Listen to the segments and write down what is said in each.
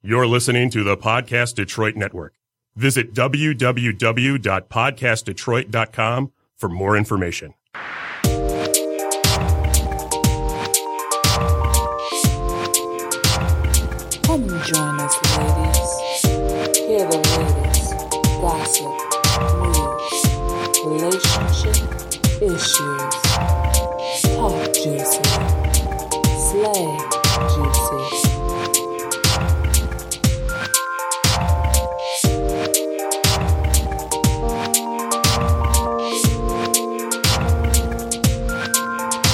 You're listening to the Podcast Detroit Network. Visit www.podcastdetroit.com for more information. Come and join us, ladies. Hear the latest gossip, news, relationship issues. Talk juicy, slay juicy.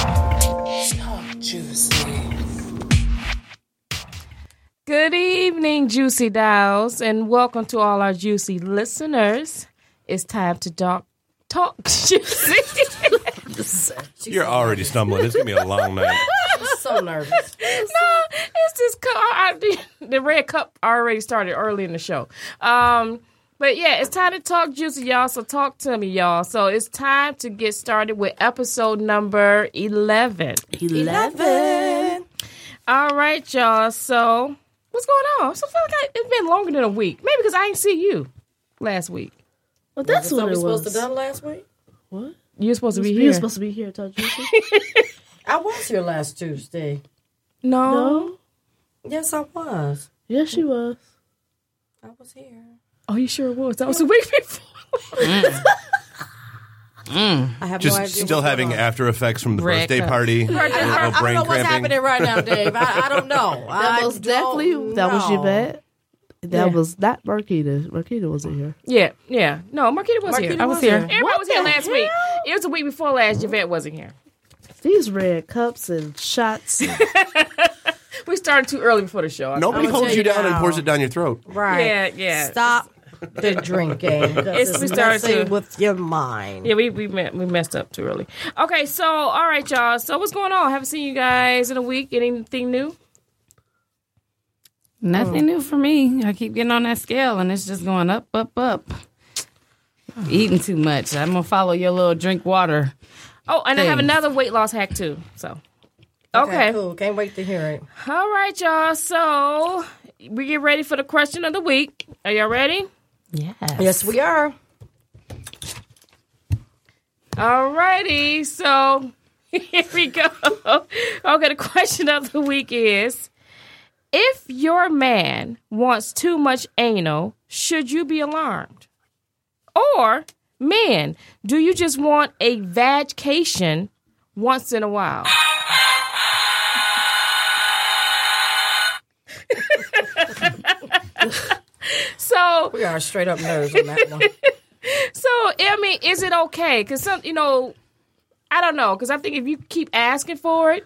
Talk juicy. Good evening, Juicy Dolls, and welcome to all our juicy listeners. It's time to talk, talk juicy. You're already stumbling. It's gonna be a long night. so nervous. no, it's just cu- I, I- the red cup already started early in the show. Um, but yeah, it's time to talk juicy, y'all. So talk to me, y'all. So it's time to get started with episode number eleven. Eleven. All right, y'all. So what's going on? So I feel like I, it's been longer than a week, maybe because I didn't see you last week. Well, that's So what we it supposed to was. done last week? You were supposed to be You here. were supposed to be here, Todd Juicy. I was here last Tuesday. no. no? Yes, I was. Oh, Yes, she was. I was here. Oh, you sure was. That was a week before. I have Just no idea. still what's having going on. uh, after effects from the Red birthday cup. party. I, I, I little don't brain know what's happening cramping. right now, Dave. I, I don't know. That I was don't definitely that was your know. bad. That Yeah. was not Marquita. Marquita wasn't here. Yeah, yeah. No, Marquita was here. Marquita I was was here. here. Everybody What was here the last week. It was a week before last. Javette wasn't here. These red cups and shots. We started too early before the show. Nobody I'ma holds tell you you down and now. pours it down your throat. Right. Yeah, yeah. Stop the drinking. 'cause It's- It's, we started messing to- with your mind. Yeah, we we me- we messed up too early. Okay, so all right, y'all. So what's going on? Haven't seen you guys in a week. Anything new? Nothing new for me. I keep getting on that scale and it's just going up, up, up. Eating too much. I'm gonna follow your little drink water. Oh, and I have Things. another weight loss hack too. So okay, Cool. Can't wait to hear it. all right, y'all. So we get ready for the question of the week. Are y'all ready? Yes. Yes, we are. Alrighty, so here we go. Okay, the question of the week is if your man wants too much anal, should you be alarmed? Or men, do you just want a vacation once in a while? so We are straight up nerds on that one. so I mean, is it okay? Because some, you know, I don't know. Because I think if you keep asking for it,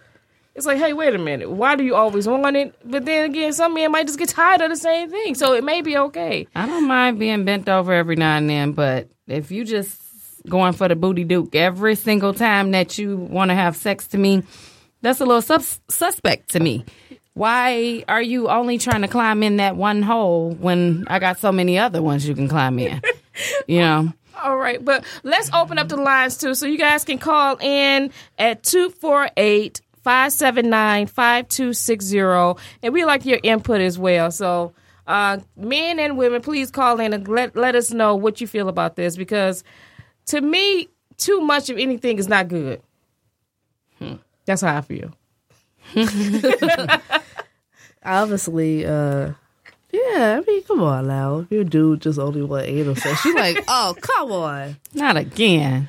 it's like, hey, wait a minute, why do you always want it? But then again, some men might just get tired of the same thing, so it may be okay. I don't mind being bent over every now and then, but if you just going for the booty duke every single time that you want to have sex to me, that's a little sus- suspect to me. Why are you only trying to climb in that one hole when I got so many other ones you can climb in? you know. All right, but let's open up the lines too, so you guys can call in at 248 579 5260. And we like your input as well. So, uh, men and women, please call in and let, let us know what you feel about this because to me, too much of anything is not good. That's how I feel. Obviously, uh, yeah. I mean, come on now. If your dude just only want anal sex, you like, oh, come on. Not again.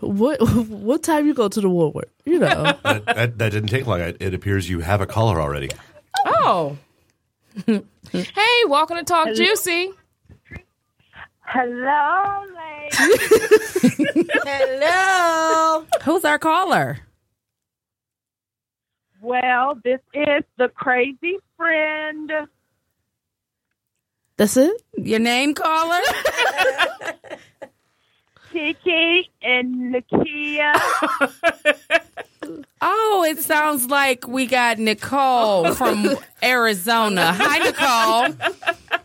What what time you go to the Woodward? You know, That, that, that didn't take long. It, it appears you have a caller already. Oh. hey, welcome to Talk Juicy. Hello, lady. Hello. Who's our caller? Well, this is the crazy friend. that's it. Your name caller? Kiki and Nakia. Oh, it sounds like we got Nicole from Arizona. Hi, Nicole.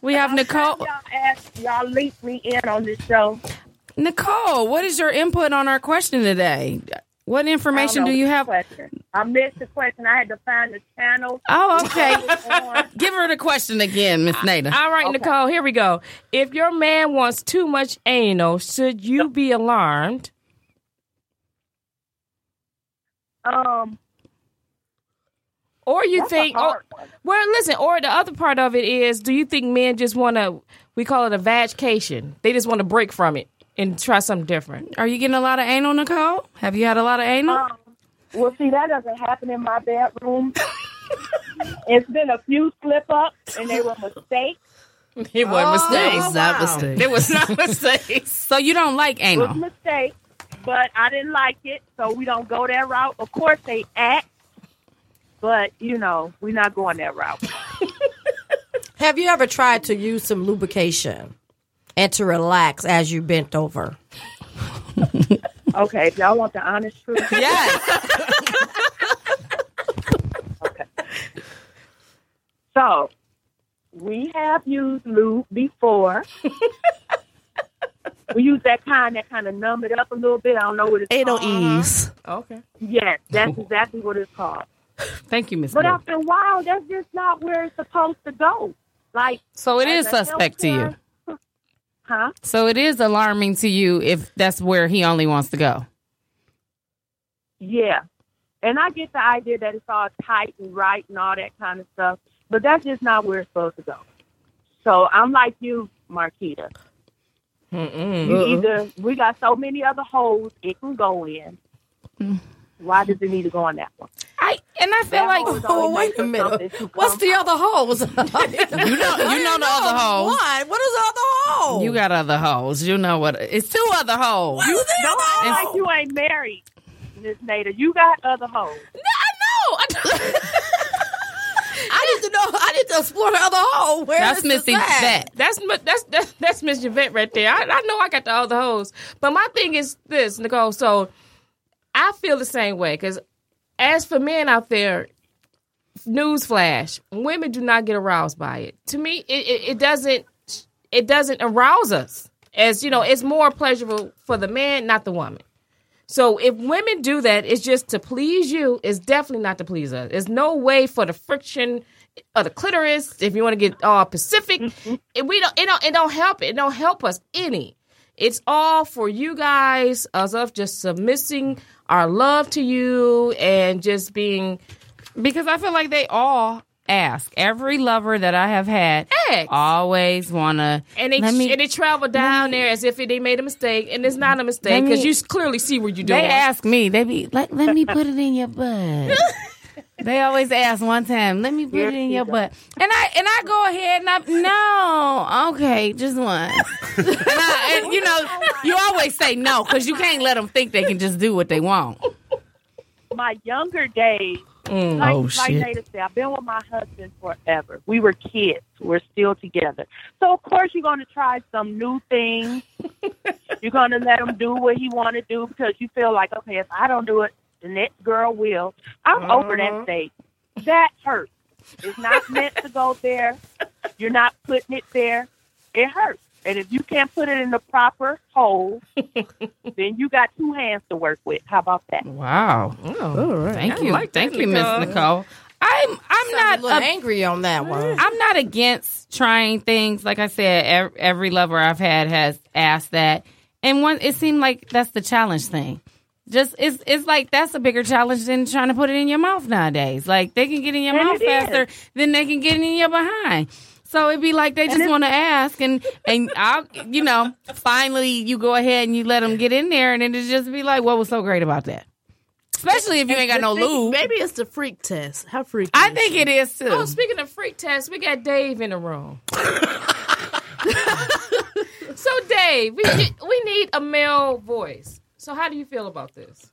We have Nicole. y'all asked, y'all leaked me in on this show. Nicole, what is your input on our question today? What information do you have? Question. I missed the question. I had to find the channel. Oh, okay. on. Give her the question again, Miss Nader. All right, Nicole, here we go. If your man wants too much anal, should you be alarmed? Um, Or you That's a think, oh, hard one. well, listen, or the other part of it is, do you think men just want to, we call it a vagcation? They just want to break from it and try something different. Are you getting a lot of anal, Nicole? Have you had a lot of anal? um, well, see, that doesn't happen in my bedroom. it's been a few slip ups, and they were mistakes. It wasn't It's not mistake. It was not mistakes. so you don't like It was a anal. mistake, but I didn't like it, so we don't go that route. Of course, they act, but you know, we're not going that route. Have you ever tried to use some lubrication and to relax as you bent over? Okay, if y'all want the honest truth, Yes. so we have used lube before. we use that kind that kind of numb it up a little bit. I don't know what it's Ain't no called. ease. Okay. Yes, that's exactly what it's called. Thank you, Miss But Nader. after a while, that's just not where it's supposed to go. Like So Oh, it as is a suspect to you. healthcare- Huh? So it is alarming to you if that's where he only wants to go. Yeah. And I get the idea that it's all tight and right and all that kind of stuff, but that's just not where it's supposed to go. So I'm like you, Marquita. You either we got so many other holes it can go in. Why does it need to go in that one? I and I feel That like hole is Oh, always wait a made minute. for something to What's come the other holes? you know, you know you know the other holes. What? What is the other hole? You got other holes. You know what? It's two other holes. What is the Don't other act hole? like you ain't married, Miss Nader. You got other holes. I know. I need to know. I need to explore the other hole. Where That's is the Missy sack? Fat. That's mi- that's that's, that's Miss Javette right there. I, I know I got the other hoes, but my thing is this, Nicole. So I feel the same way because as for men out there, newsflash: women do not get aroused by it. To me, it, it, it doesn't it doesn't arouse us. As you know, it's more pleasurable for the man, not the woman. So if women do that, it's just to please you. It's definitely not to please us. There's no way for the friction of the clitoris. If you want to get all Pacific, it, we don't. It don't. It don't help. It don't help us any. It's all for you guys, us of just submitting our love to you and just being. Because I feel like they all ask. Every lover that I have had Ask. always wanna And they Uh, let me- and they travel down there as if they made a mistake, and it's not a mistake Let because me- you s- clearly see what you're doing. They ask me. They be like, "Let me put it in your butt." they always ask one time, "Let me put it in your butt," and I and I go ahead and I no, okay, just one. and I, and, you know, you always say no because you can't let them think they can just do what they want. my younger days, like, Oh, like shit. Nada said, I've been with my husband forever. We were kids. We're still together. So of course you're going to try some new things. you're going to let him do what he want to do because you feel like, okay, if I don't do it, the next girl will. I'm Uh-huh. over that stage. That hurts. It's not meant to go there. You're not putting it there. It hurts. And if you can't put it in the proper hole, then you got two hands to work with. How about that? Wow! All right. Oh, Thank you, like that, thank you, Miss Nicole. Nicole. I'm I'm I'm a not little a- angry on that one. I'm not against trying things. Like I said, ev- every lover I've had has asked that, and one it seemed like that's the challenge thing. Just it's it's like that's a bigger challenge than trying to put it in your mouth nowadays. Like they can get in your And mouth it is. faster than they can get in your behind. So it'd be like they just want to ask, and and I'll you know finally you go ahead and you let them get in there, and it'd just be like, what was so great about that? Especially if you ain't got no lube. Maybe it's the freak test. How freaky? I is think she? it is too. Oh, speaking of freak tests, we got Dave in the room. so, Dave, we we need a male voice. So, how do you feel about this?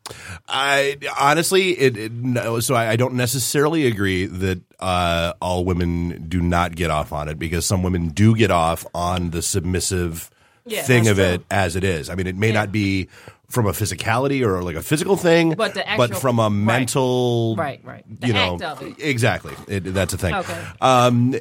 I honestly, it, it no, so I, I don't necessarily agree that uh, all women do not get off on it because some women do get off on the submissive Yeah, thing that's of it as it is. I mean, it may not be from a physicality or like a physical thing, But the but actual- from a right. mental, Right, right. The you act know, of it. exactly. It, that's a thing. Okay. Um,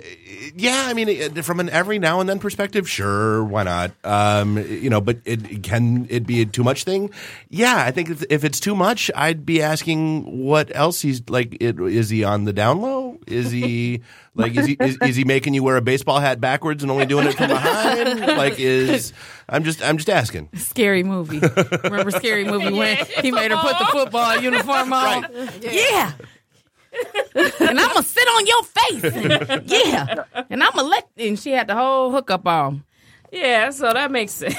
yeah, I mean, it, from an every now and then perspective, sure, why not? Um, you know, but it can it be a too much thing? Yeah, I think if, if it's too much, I'd be asking what else he's like. It, is he on the down low? Is he like is he is, is he making you wear a baseball hat backwards and only doing it from behind? like is I'm just I'm just asking. Scary movie. Remember Scary Movie when he made her put the football uniform on? Yeah. and I'm gonna sit on your face. yeah. And I'm gonna let. And she had the whole hookup on. Yeah, so that makes sense.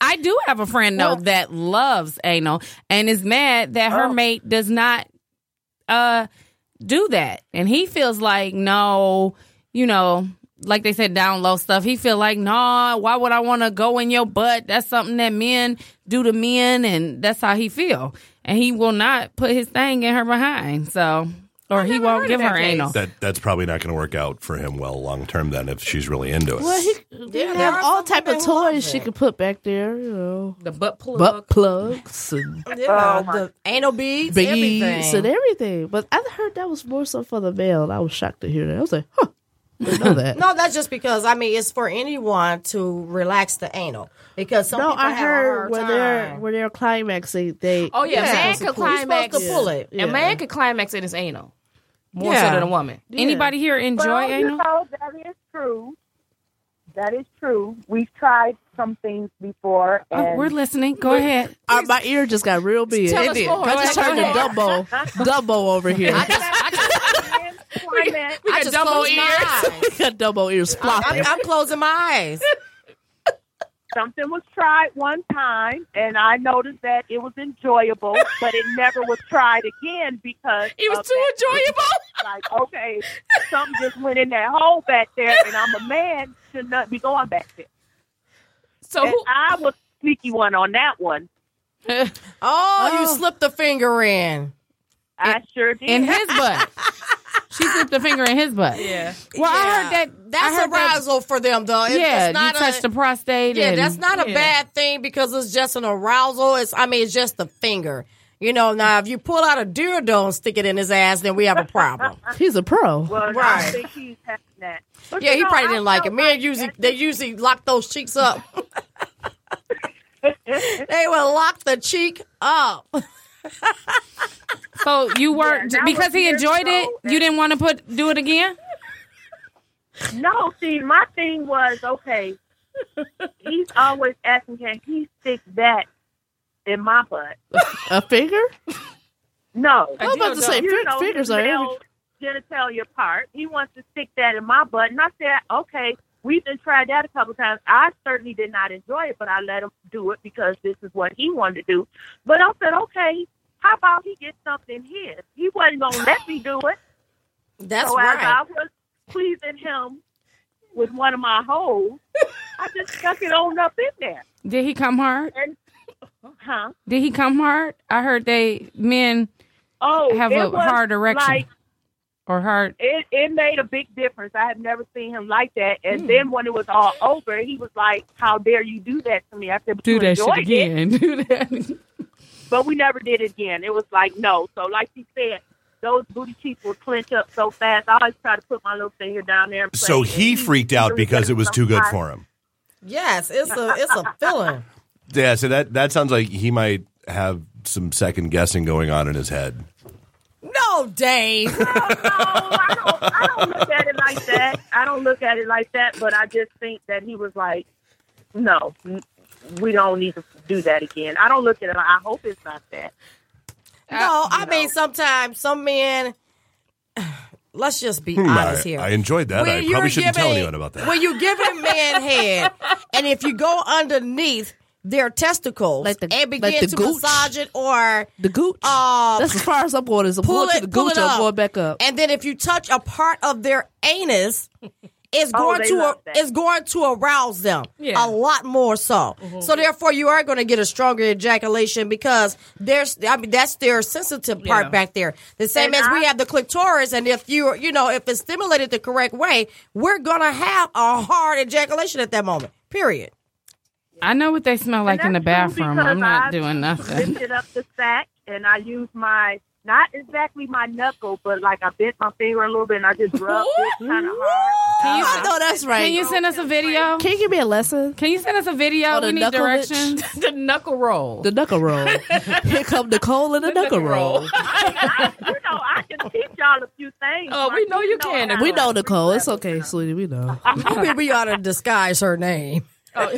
I do have a friend though that loves anal and is mad that her mate does not uh do that. And he feels like no, you know, like they said down low stuff. He feel like, "Nah, why would I want to go in your butt? That's something that men do to men and that's how he feel." And he will not put his thing in her behind. So or he won't give her anal. That that's probably not going to work out for him well long term. Then if she's really into it, Well, he they there have are all some type of people who love toys she that. could put back there. You know, the butt plug. butt plugs and Yeah, the anal beads, beads everything. and everything. But I heard that was more so for the male. and I was shocked to hear that. I was like, huh, didn't know that. No, that's just because I mean it's for anyone to relax the anal because some No, people I have a heard hard when time. they're when they're climaxing, they Oh yeah, Yeah. man You're could supposed to climax. pull it. A Yeah. man could climax in his anal more Yeah. so than a woman. Anybody here enjoy well, anal? You know, that is true. That is true. We've tried some things before. And Uh, Oh, we're listening. Go ahead. Uh, my ear just got real big. Tell It us did. more. I just Go turned to ahead. Dumbo, Dumbo over here. we can, We got double closed ears. my eyes. got Dumbo ears flopping. I'm, I'm closing my eyes. something was tried one time, and I noticed that it was enjoyable, but it never was tried again because It of was too that. enjoyable. Like, okay, something just went in that hole back there, and I'm a man, should not be going back there. So And who, I was sneaky one on that one. Oh, you slipped the finger in. I sure did. in his butt. she slipped a finger in his butt. Yeah. Well, I heard Yeah. that. I That's heard that- arousal for them, though. It- yeah, it's not you a- touched the prostate. Yeah, and- that's not a Yeah. bad thing because it's just an arousal. It's I mean, it's just the finger. You know, now if you pull out a dildo and stick it in his ass, then we have a problem. He's a pro. well, I Right. don't think he's having that. But yeah, you he know, probably I didn't like it. felt Men like usually that- they usually lock those cheeks up. they will lock the cheek up. so you were that because was he years enjoyed it. ago, You didn't want to put do it again. No, see, my thing was okay. he's always asking, can he stick that in my butt? A finger? No, I was about to say you fi- know, fingers the are. male genitalia part. He wants to stick that in my butt, and I said, okay. We've been tried that a couple times. I certainly did not enjoy it, but I let him do it because this is what he wanted to do. But I said, okay, how about he get something his? He wasn't gonna let me do it. That's so as I right. was pleasing him with one of my holes, I just stuck it on up in there. Did he come hard? Huh? Did he come hard? I heard they men Oh, have it a was hard erection Like or hard. it, it made a big difference. I have never seen him like that. Hmm. And then when it was all over, he was like, "How dare you do that to me?" I said, but Do you that shit enjoyed It. again. Do that. But we never did it again. It was like no. So like you said, those booty cheeks will clench up so fast. I always try to put my little finger down there. And play so it. he freaked out because it was too good for him. Yes, it's a it's a feeling. Yeah, so that that sounds like he might have some second guessing going on in his head. No, Dave. no, Oh, I don't, I don't look at it like that. I don't look at it like that, but I just think that he was like, no, n- we don't need to do that again. I don't look at it. like- I hope it's not that. No, I mean sometimes some men. Let's just be Hmm. I, honest here. I enjoyed that. When I you're probably shouldn't tell giving- anyone about that. When you give a man head, and if you go underneath their testicles Like the- and begin like the to gooch. massage it, or The gooch. uh, That's as far as I'm going. Is I'm pull going it, to the pull gooch. it I'm up, going back up. and then if you touch a part of their anus. It's Oh, going they to love that. it's going to arouse them Yeah. a lot more so. Mm-hmm. So therefore, you are going to get a stronger ejaculation because there's I mean that's their sensitive part Yeah. back there. The same And as we I- have the clitoris, and if you you know if it's stimulated the correct way, we're going to have a hard ejaculation at that moment. Period. I know what they smell like in the And that's true bathroom. I'm because not I doing nothing. Lifted up the sack and I used my not exactly my knuckle, but like I bent my finger a little bit and I just rubbed it kind of hard. Can you I know that's right. Can you send us a video? Can you give me a lesson? Can you send us a video? Oh, the we need knuckle bitch? directions. the knuckle roll. The knuckle roll. Here come Nicole and the knuckle roll. I, you know, I can teach y'all a few things. Oh, we Like, know you can. how We to- know Nicole. It's okay, sweetie. We know. Maybe we ought to disguise her name. what?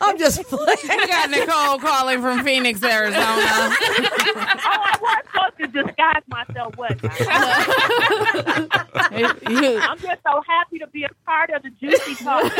I'm just playing. We got Nicole calling from Phoenix, Arizona. Oh, I was supposed to disguise myself. What? I'm just so happy to be a part of the juicy talk.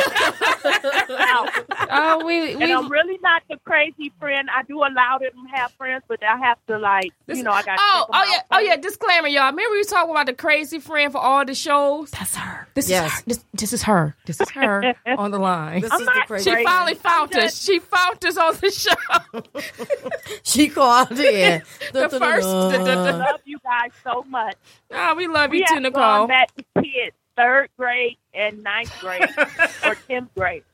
oh, we and we I'm really not the crazy friend. I do allow them to have friends, but I have to like, you know, I got. Oh, oh yeah, oh yeah. Disclaimer, y'all. Remember we was talking about the crazy friend for all the shows. That's her. This Yes. is her. This, this is her. This is her on the line. This is the not crazy. She crazy. finally found I'm us. She found us on the show. She called in. The first. The, the, I the, love you guys so much. Ah, we love We you too, have Nicole. gone back to kids, third grade and ninth grade or tenth grade.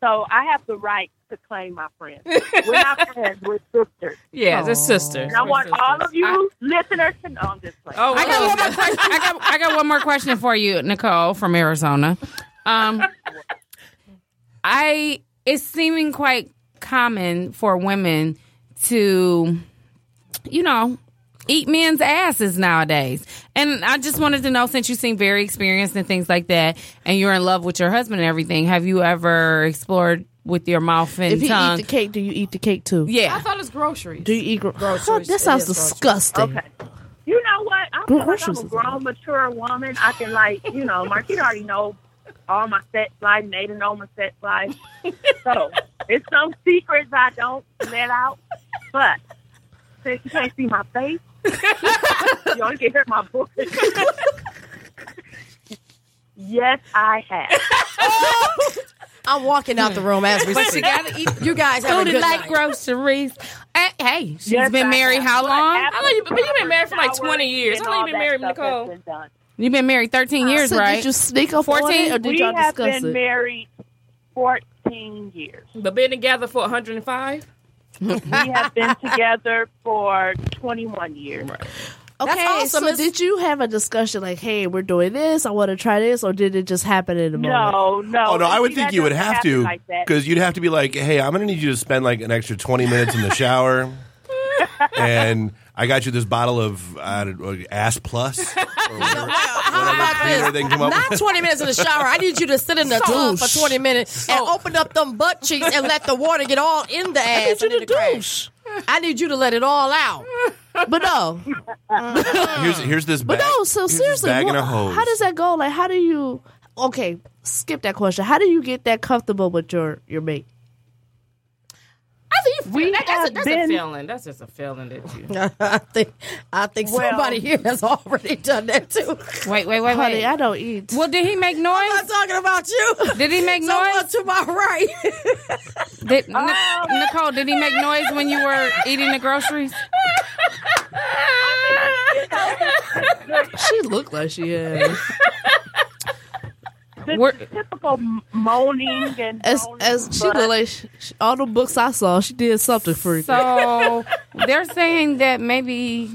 So I have the right to claim my friends. We're not friends. We're sisters. Yeah, it's sisters. And I We're want sisters. all of I- you listeners to know I'm just playing. oh, I got one more question. I got I got one more question for you, Nicole from Arizona. Um, I it's seeming quite common for women to, you know, eat men's asses nowadays. And I just wanted to know, since you seem very experienced and things like that, and you're in love with your husband and everything, have you ever explored with your mouth and If he eat tongue? the cake, do you eat the cake too? yeah. I thought it was groceries. Do you eat gro- groceries? that sounds disgusting. Okay. You know what? I Girl, feel like I'm groceries a is grown, mature woman. I can like, you know, Marquita already know all my sex life. Nathan know my sex life. so it's some secrets I don't let out. But since you can't see my face, you only can hear my voice. yes, I have. I'm walking out the room as we But you speak. gotta eat You guys have a food good and like night. groceries. Hey, hey she's Yes, been I married have. how But long? after How long you- but you've been married for like shower 20 years. and How long all you been that married, stuff has Nicole? been done. You've been married 13 years, So right? Did you sneak up 14, on 14? it, or did we y'all have discuss been it? married 14 years. But been together for 105. We have been together for 21 years. Okay, awesome. so It's- did you have a discussion like, "Hey, we're doing this. I want to try this," or did it just happen in the moment? No, no. Oh no, I would See, think that you would doesn't have happen to like that. because you'd have to be like, "Hey, I'm going to need you to spend like an extra 20 minutes in the shower." and I got you this bottle of uh, ass plus. Or whatever, whatever creamer they can come up Not with. 20 minutes in the shower. I need you to sit in the tub for 20 minutes and open up them butt cheeks and let the water get all in the ass. and in the crack. I need you to let it all out. But no, Here's here's this. but Bag, no. So here's this seriously, bag and what- a hose. how does that go? Like, how do you? Okay, skip that question. How do you get that comfortable with your your mate? I think you feel that, that's, a, have that's been- a feeling. That's just a feeling that you. I think, I think Well- somebody here has already done that too. wait, wait, wait, Honey, wait. I don't eat. well, did he make I'm noise? talking about you. Did he make Someone noise? to my right. Did, Ni- Nicole, did he make noise when you were eating the groceries? She looked like she had. The We're- typical m- moaning and As groaning, as she but looked like she, she- all the books I saw, she did something for you. So they're saying that maybe,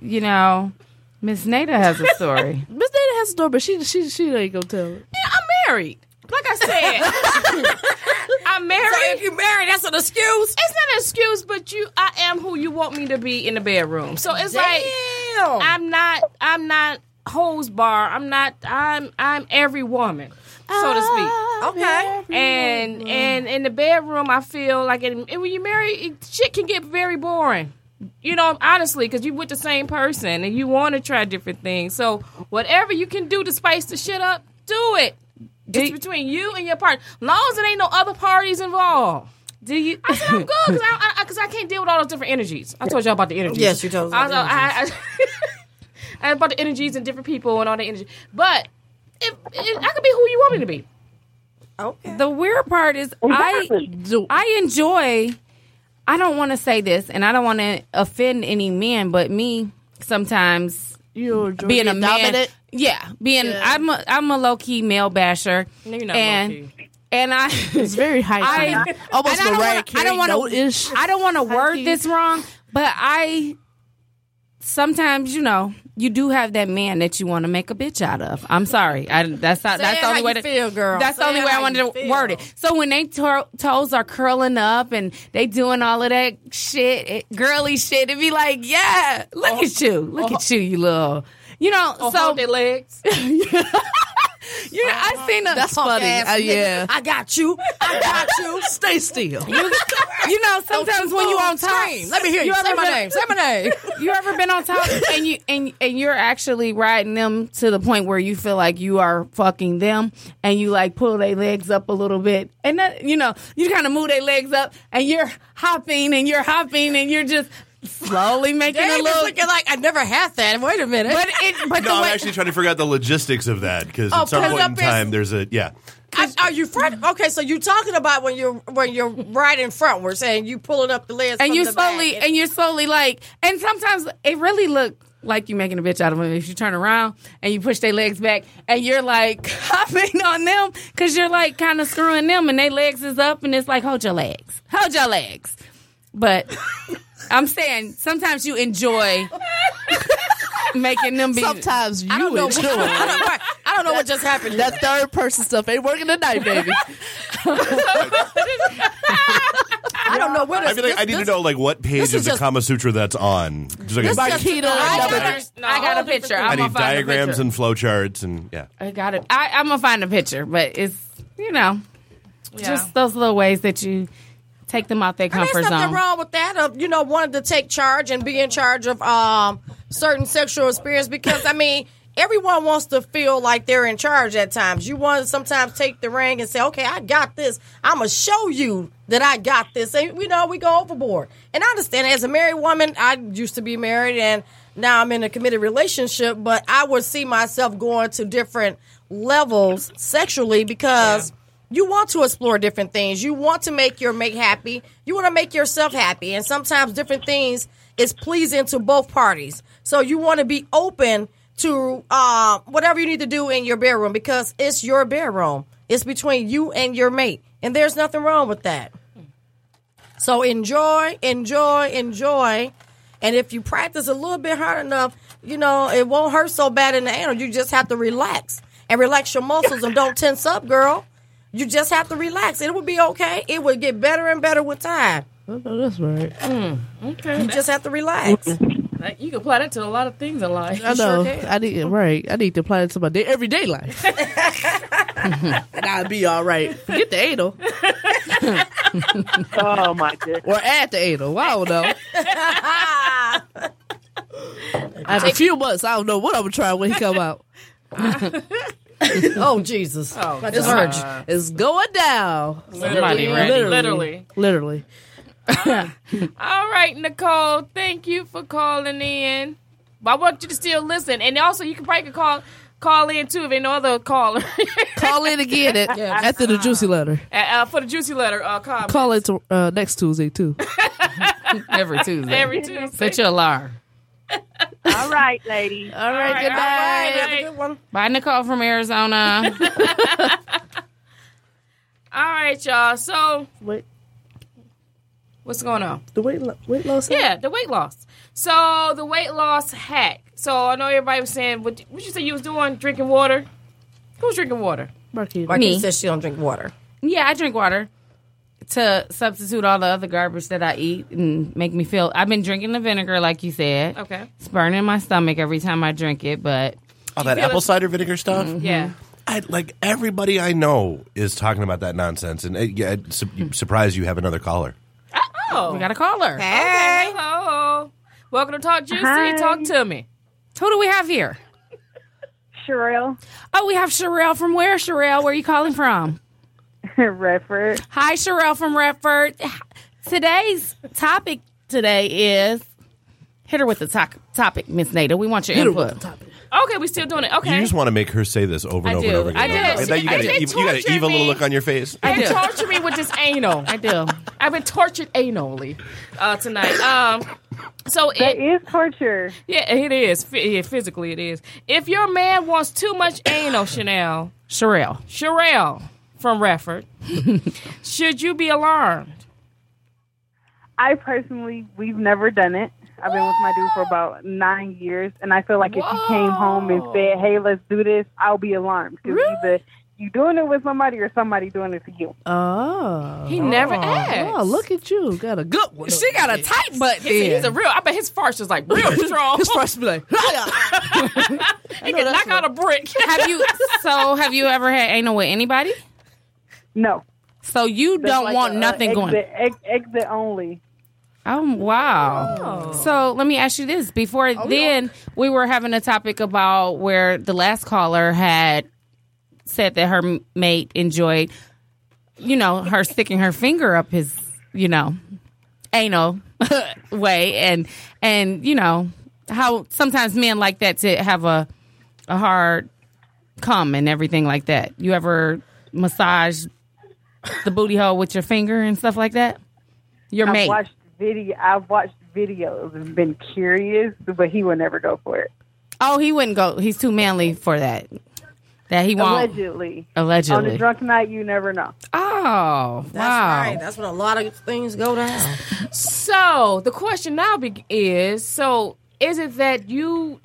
you know, Miss Nada has a story. Miss Dana has a door, but she she she ain't gonna tell it. I'm married. Like I said, I'm married. if you married, that's an excuse. It's not an excuse, but you, I am who you want me to be in the bedroom. So it's like Damn. I'm not, I'm not hose bar. I'm not, I'm, I'm every woman, so Ah. to speak. okay. Mm-hmm. And and in the bedroom, I feel like it, and when you marry, it, shit can get very boring. You know, honestly, because you with the same person and you want to try different things. So whatever you can do to spice the shit up, do it. It's between you and your partner. Long as it ain't no other parties involved. Do you? I said I'm good because I, I, 'cause I can't deal with all those different energies. I told y'all about the energies. Yes, you told us I, about was- I, I, I- about the energies and different people and all the energy. But if, if I could be who you want me to be, Okay. The weird part is I I enjoy I don't want to say this and I don't want to offend any men, but me sometimes You enjoy being a man. dominant. Yeah, being I'm a, I'm a low key male basher. No, you're not and low-key. and I It's very high. I- key. Almost and I Mariah don't wanna- I don't wanna- Carey ish. I don't want to word key. this wrong, but I sometimes you know you do have that man that you want to make a bitch out of. I'm sorry, I, that's not Say that's it the only how way you to feel, girl. That's Say the only it way how I wanted you to word it. feel. So when they to- toes are curling up and they doing all of that shit, it, girly shit, it be like, yeah, look Oh, at you, look at you, you little. You know, So so hold their legs. you know, I seen a That's funny. Ass Uh, nigga. yeah. I got you. I got you. Stay still. you, you know, sometimes when you on top, Scream. Let me hear you. Say ever my been- name. Say my name. You ever been on top and you and and you're actually riding them to the point where you feel like you are fucking them and you like pull their legs up a little bit and that you know you kind of move their legs up and you're hopping and you're hopping and you're just slowly making Dave a is little. looking like I never had that. Wait a minute. But it but No, the I'm way actually trying to figure out the logistics of that because Oh, at some 'cause point up in is- time, there's a yeah. I, are you front? Okay, so you're talking about when you're when you're right in frontwards and you pulling up the legs and from you the back. slowly and you're slowly like and sometimes it really look like you making a bitch out of them if you turn around and you push their legs back and you're like hopping on them because you're like kind of screwing them and their legs is up and it's like hold your legs hold your legs but i'm saying sometimes you enjoy making them be Sometimes you I don't know. enjoy I it. don't, right. I don't know what just happened. here. that third person stuff ain't working tonight, baby. I don't know what. I feel like I need to know like what page this of is the just- Kama Sutra that's on. Just like a- This is- Keto I and I double- got, a, I got a picture. I I'm gonna need find a diagrams picture. and flowcharts and yeah. I got it. I, I'm gonna find a picture, but it's you know, just those little ways that you take them out their There's comfort nothing zone. wrong with that. Of you know, wanting to take charge and be in charge of um certain sexual experience because I mean. Everyone wants to feel like they're in charge at times. You want to sometimes take the ring and say, "Okay, I got this. I'm gonna show you that I got this." And you know, we go overboard. And I understand. As a married woman, I used to be married, and now I'm in a committed relationship. But I would see myself going to different levels sexually because you want to explore different things. You want to make your mate happy. You want to make yourself happy. And sometimes different things is pleasing to both parties. So you want to be open to uh, whatever you need to do in your bedroom because it's your bedroom. It's between you and your mate. And there's nothing wrong with that. So enjoy, enjoy, enjoy. And if you practice a little bit hard enough, you know, it won't hurt so bad in the anal. You just have to relax and relax your muscles and don't tense up, girl. You just have to relax. It will be okay. It will get better and better with time. Oh, that's right. You just have to relax. Like, you can apply that to a lot of things in life. I know. can. I need right. I need to apply it to my day, everyday life, and I'll be all right. Forget the anal Oh my goodness. or add the anal. I don't know. After a few months, I don't know what I'm gonna try when he come out. Oh Jesus! Oh, I just heard you. It's going down, Somebody ready. Literally. Literally. literally. All right, Nicole, thank you for calling in. But I want you to still listen. And also, you can probably could call call in too if ain't no other caller Call in again at, after the juicy letter. uh, uh, for the Juicy Letter uh, comment. Call it to, uh, next Tuesday too. Every Tuesday. every Tuesday. Set your alarm. All right, ladies. All right, All goodbye. right, all Have a right. good one. Bye, Nicole from Arizona. All right, y'all. So, Wait, what's going on? the weight lo- weight loss. Yeah, the weight loss. So, the weight loss hack. So, I know everybody was saying, what, what you say you was doing? Drinking water? Who's drinking water? Marquis. Marquis says she don't drink water. yeah, I drink water to substitute all the other garbage that I eat and make me feel. I've been drinking the vinegar, like you said. Okay. It's burning my stomach every time I drink it, but All Oh, that apple cider vinegar stuff. Mm-hmm. Yeah. I like everybody I know is talking about that nonsense, and uh, yeah, it su- you- surprised you have another caller. Oh. we got a caller. Hey, Hello. Welcome to Talk Juicy. Hi. Talk to me. Who do we have here? Sherelle Oh, we have Sherelle from where? Sherelle, where are you calling from? Redford. Hi, Sherelle from Redford. Today's topic today is hit her with the to- topic, Miss Nada. We want your input. Okay, we still doing it. Okay. You just want to make her say this over I and over and do. over again. I And do. now you I got think an ev- you got an torture evil little me. look on your face. They do. torture me with this anal. I do. I've been tortured anally uh, tonight. Um, so That it, is torture. yeah, it is. Phy- Yeah, physically, it is. If your man wants too much anal, Chanel, Sherelle. Sherelle, from Radford. Should you be alarmed? I personally, we've never done it. I've been with my dude for about nine years, and I feel like if you came home and said, "Hey, let's do this," I'll be alarmed because either you doing it with somebody or somebody doing it to you. Oh. He never asked. Oh, look at you. Got a good one. She got a tight butt He said there. He's a real. I bet his farts is like real strong. His first be like, he can knock out a brick. have you? So have you ever had anal with anybody? No, So you That's don't like want a, uh, nothing going. Exit, ex- exit only. Oh wow! So let me ask you this: Before then, we were having a topic about where the last caller had said that her m- mate enjoyed, you know, her sticking her finger up his, you know, anal way, and and you know how sometimes men like that to have a a hard cum and everything like that. You ever massage the booty hole with your finger and stuff like that? Your I've mate. watched video. I've watched videos and been curious, but he would never go for it. Oh, he wouldn't go. He's too manly for that. That he won't. Allegedly. On Allegedly. a drunk night, you never know. oh, That's wow. right. That's when a lot of things go down. So the question now be- is: So is it that you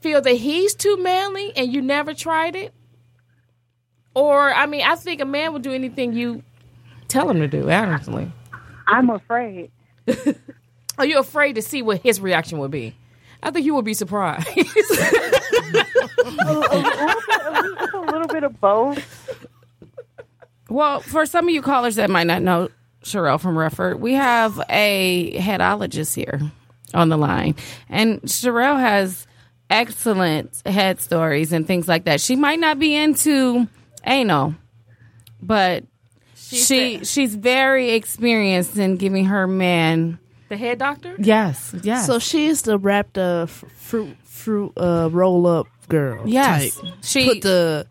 feel that he's too manly and you never tried it, or I mean, I think a man will do anything you tell him to do. Honestly, I'm afraid. are you afraid to see what his reaction would be? I think you would be surprised. It's a little bit of both. Well, for some of you callers that might not know Sherelle from Rufford, we have a headologist here on the line. And Sherelle has excellent head stories and things like that. She might not be into anal, but she she's very experienced in giving her man the head doctor. Yes, yes. so she's the wrap the fr- fruit fruit uh, roll up girl. Yes. type. She- put the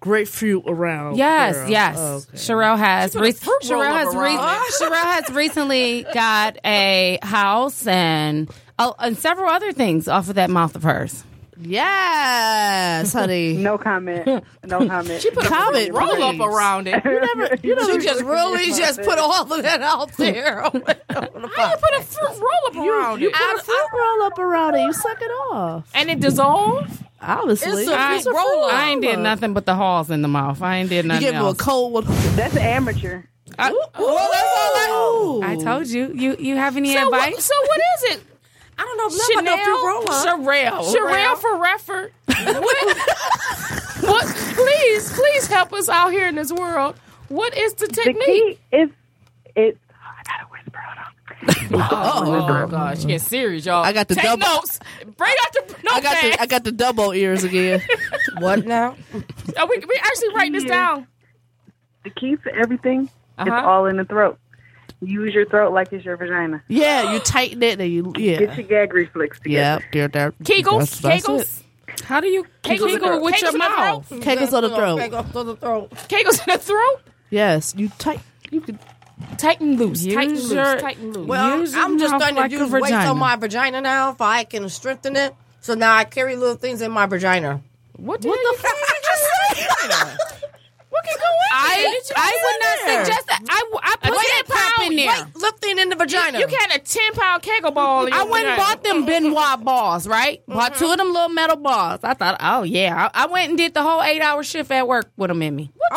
grapefruit around. Yes, girl. yes. Oh, okay. Sherelle has. Re- Sherelle roll has. up Re- around. Sherelle has recently got a house and oh, and several other things off of that mouth of hers. Yes, honey. No comment. No comment. Comment, Roll up please. around it. You never You just really just put all of that out there. on the podcast. put a fruit roll up around You it, put a fruit roll up around it. You suck it off. and it dissolves. Obviously, It's a- I- it's a fruit roll I ain't did roll-up. nothing but the halls in the mouth. I ain't did You nothing give him a else. cold one. That's amateur. Ooh. I told you. You you have any So what, advice? so what is it? I don't know. If Chanel, Chanel, I Sherelle, Sherelle for Refford. what? what? Please, please help us out here in this world. What is the The technique? key is it's. I gotta whisper. Hold on. Oh, my gosh, get serious, y'all. I got the Take double- notes. Right out the I got the I got the double ears again. what now? Are we, we actually writing this down. the key to everything Uh-huh. is all in the throat. Use your throat like it's your vagina. Yeah, you tighten it and you Get yeah. your gag reflex together. Yeah, you're there. Kegels, That's- that's kegels, How do you kegels, kegel with kegels your in the mouth? it. Kegels on the throat. Kegels on the throat. kegels in the throat. Yes, you tight. You can. Tighten loose, Use tighten your- loose, tighten loose. Well, Use your I'm just mouth starting like a to use weights vagina. on my vagina now if I can strengthen it. So now I carry little things in my vagina. what did you fuck did you say? What can go in there? I Did you I put would in not there? suggest that. I, I put that pop in there. Wait, lifting in the vagina. You got a ten pound kegel ball. in Mm-hmm. I your went and vagina. bought them Benoit balls, right? Bought two of them little metal balls. I thought, oh yeah, I, I went and did the whole eight hour shift at work with them in me. Oh, Oh,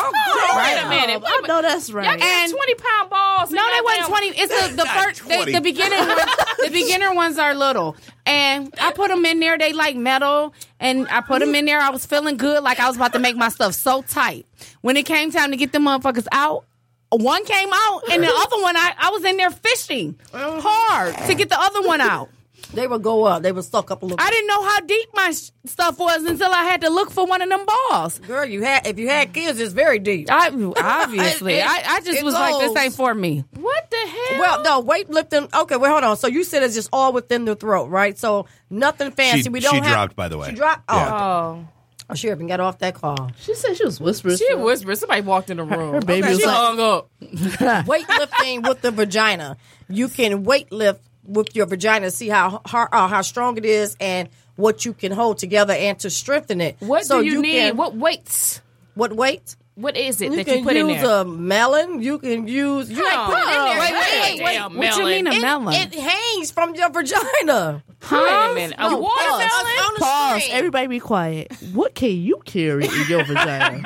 girl. wait a minute. Wait a I minute. know that's Y'all right. got And- twenty pound balls. in No, they that wasn't damn- twenty. It's the, the first, they, the beginner, ones, the beginner ones are little, and I put them in there. They like metal, and I put them in there. I was feeling good, like I was about to make my stuff so tight. When it came time to get the motherfuckers out, one came out, and the other one, I, I was in there fishing hard to get the other one out. They would go up. They would suck up a little. I didn't know how deep my sh- stuff was until I had to look for one of them balls. Girl, you had if you had kids, it's very deep. I obviously, It- it- I, I just it was like, this goes. ain't for me. What the hell? Well, no, weightlifting. Okay, wait, hold on. So you said it's just all within the throat, right? So nothing fancy. She- we don't she have, dropped, by the way. She dropped. Oh, Yeah. Oh, oh, she even got off that call. She said she was whispering. she whispered. Somebody walked in the room. her baby Okay, was she like- hung up. weightlifting with the vagina. You can weightlift with your vagina, see how how, uh, how strong it is, and what you can hold together, and to strengthen it. What So do you, need? can- what weights? what weight? What is it You that can you put in use there? a melon. You can use. You ain't put it in there. wait, It- wait, wait. What you mean a it, melon? It hangs from your vagina. Wait a minute. A No, watermelon? pause. On the Pause. screen. Everybody be quiet. What can you carry in your vagina?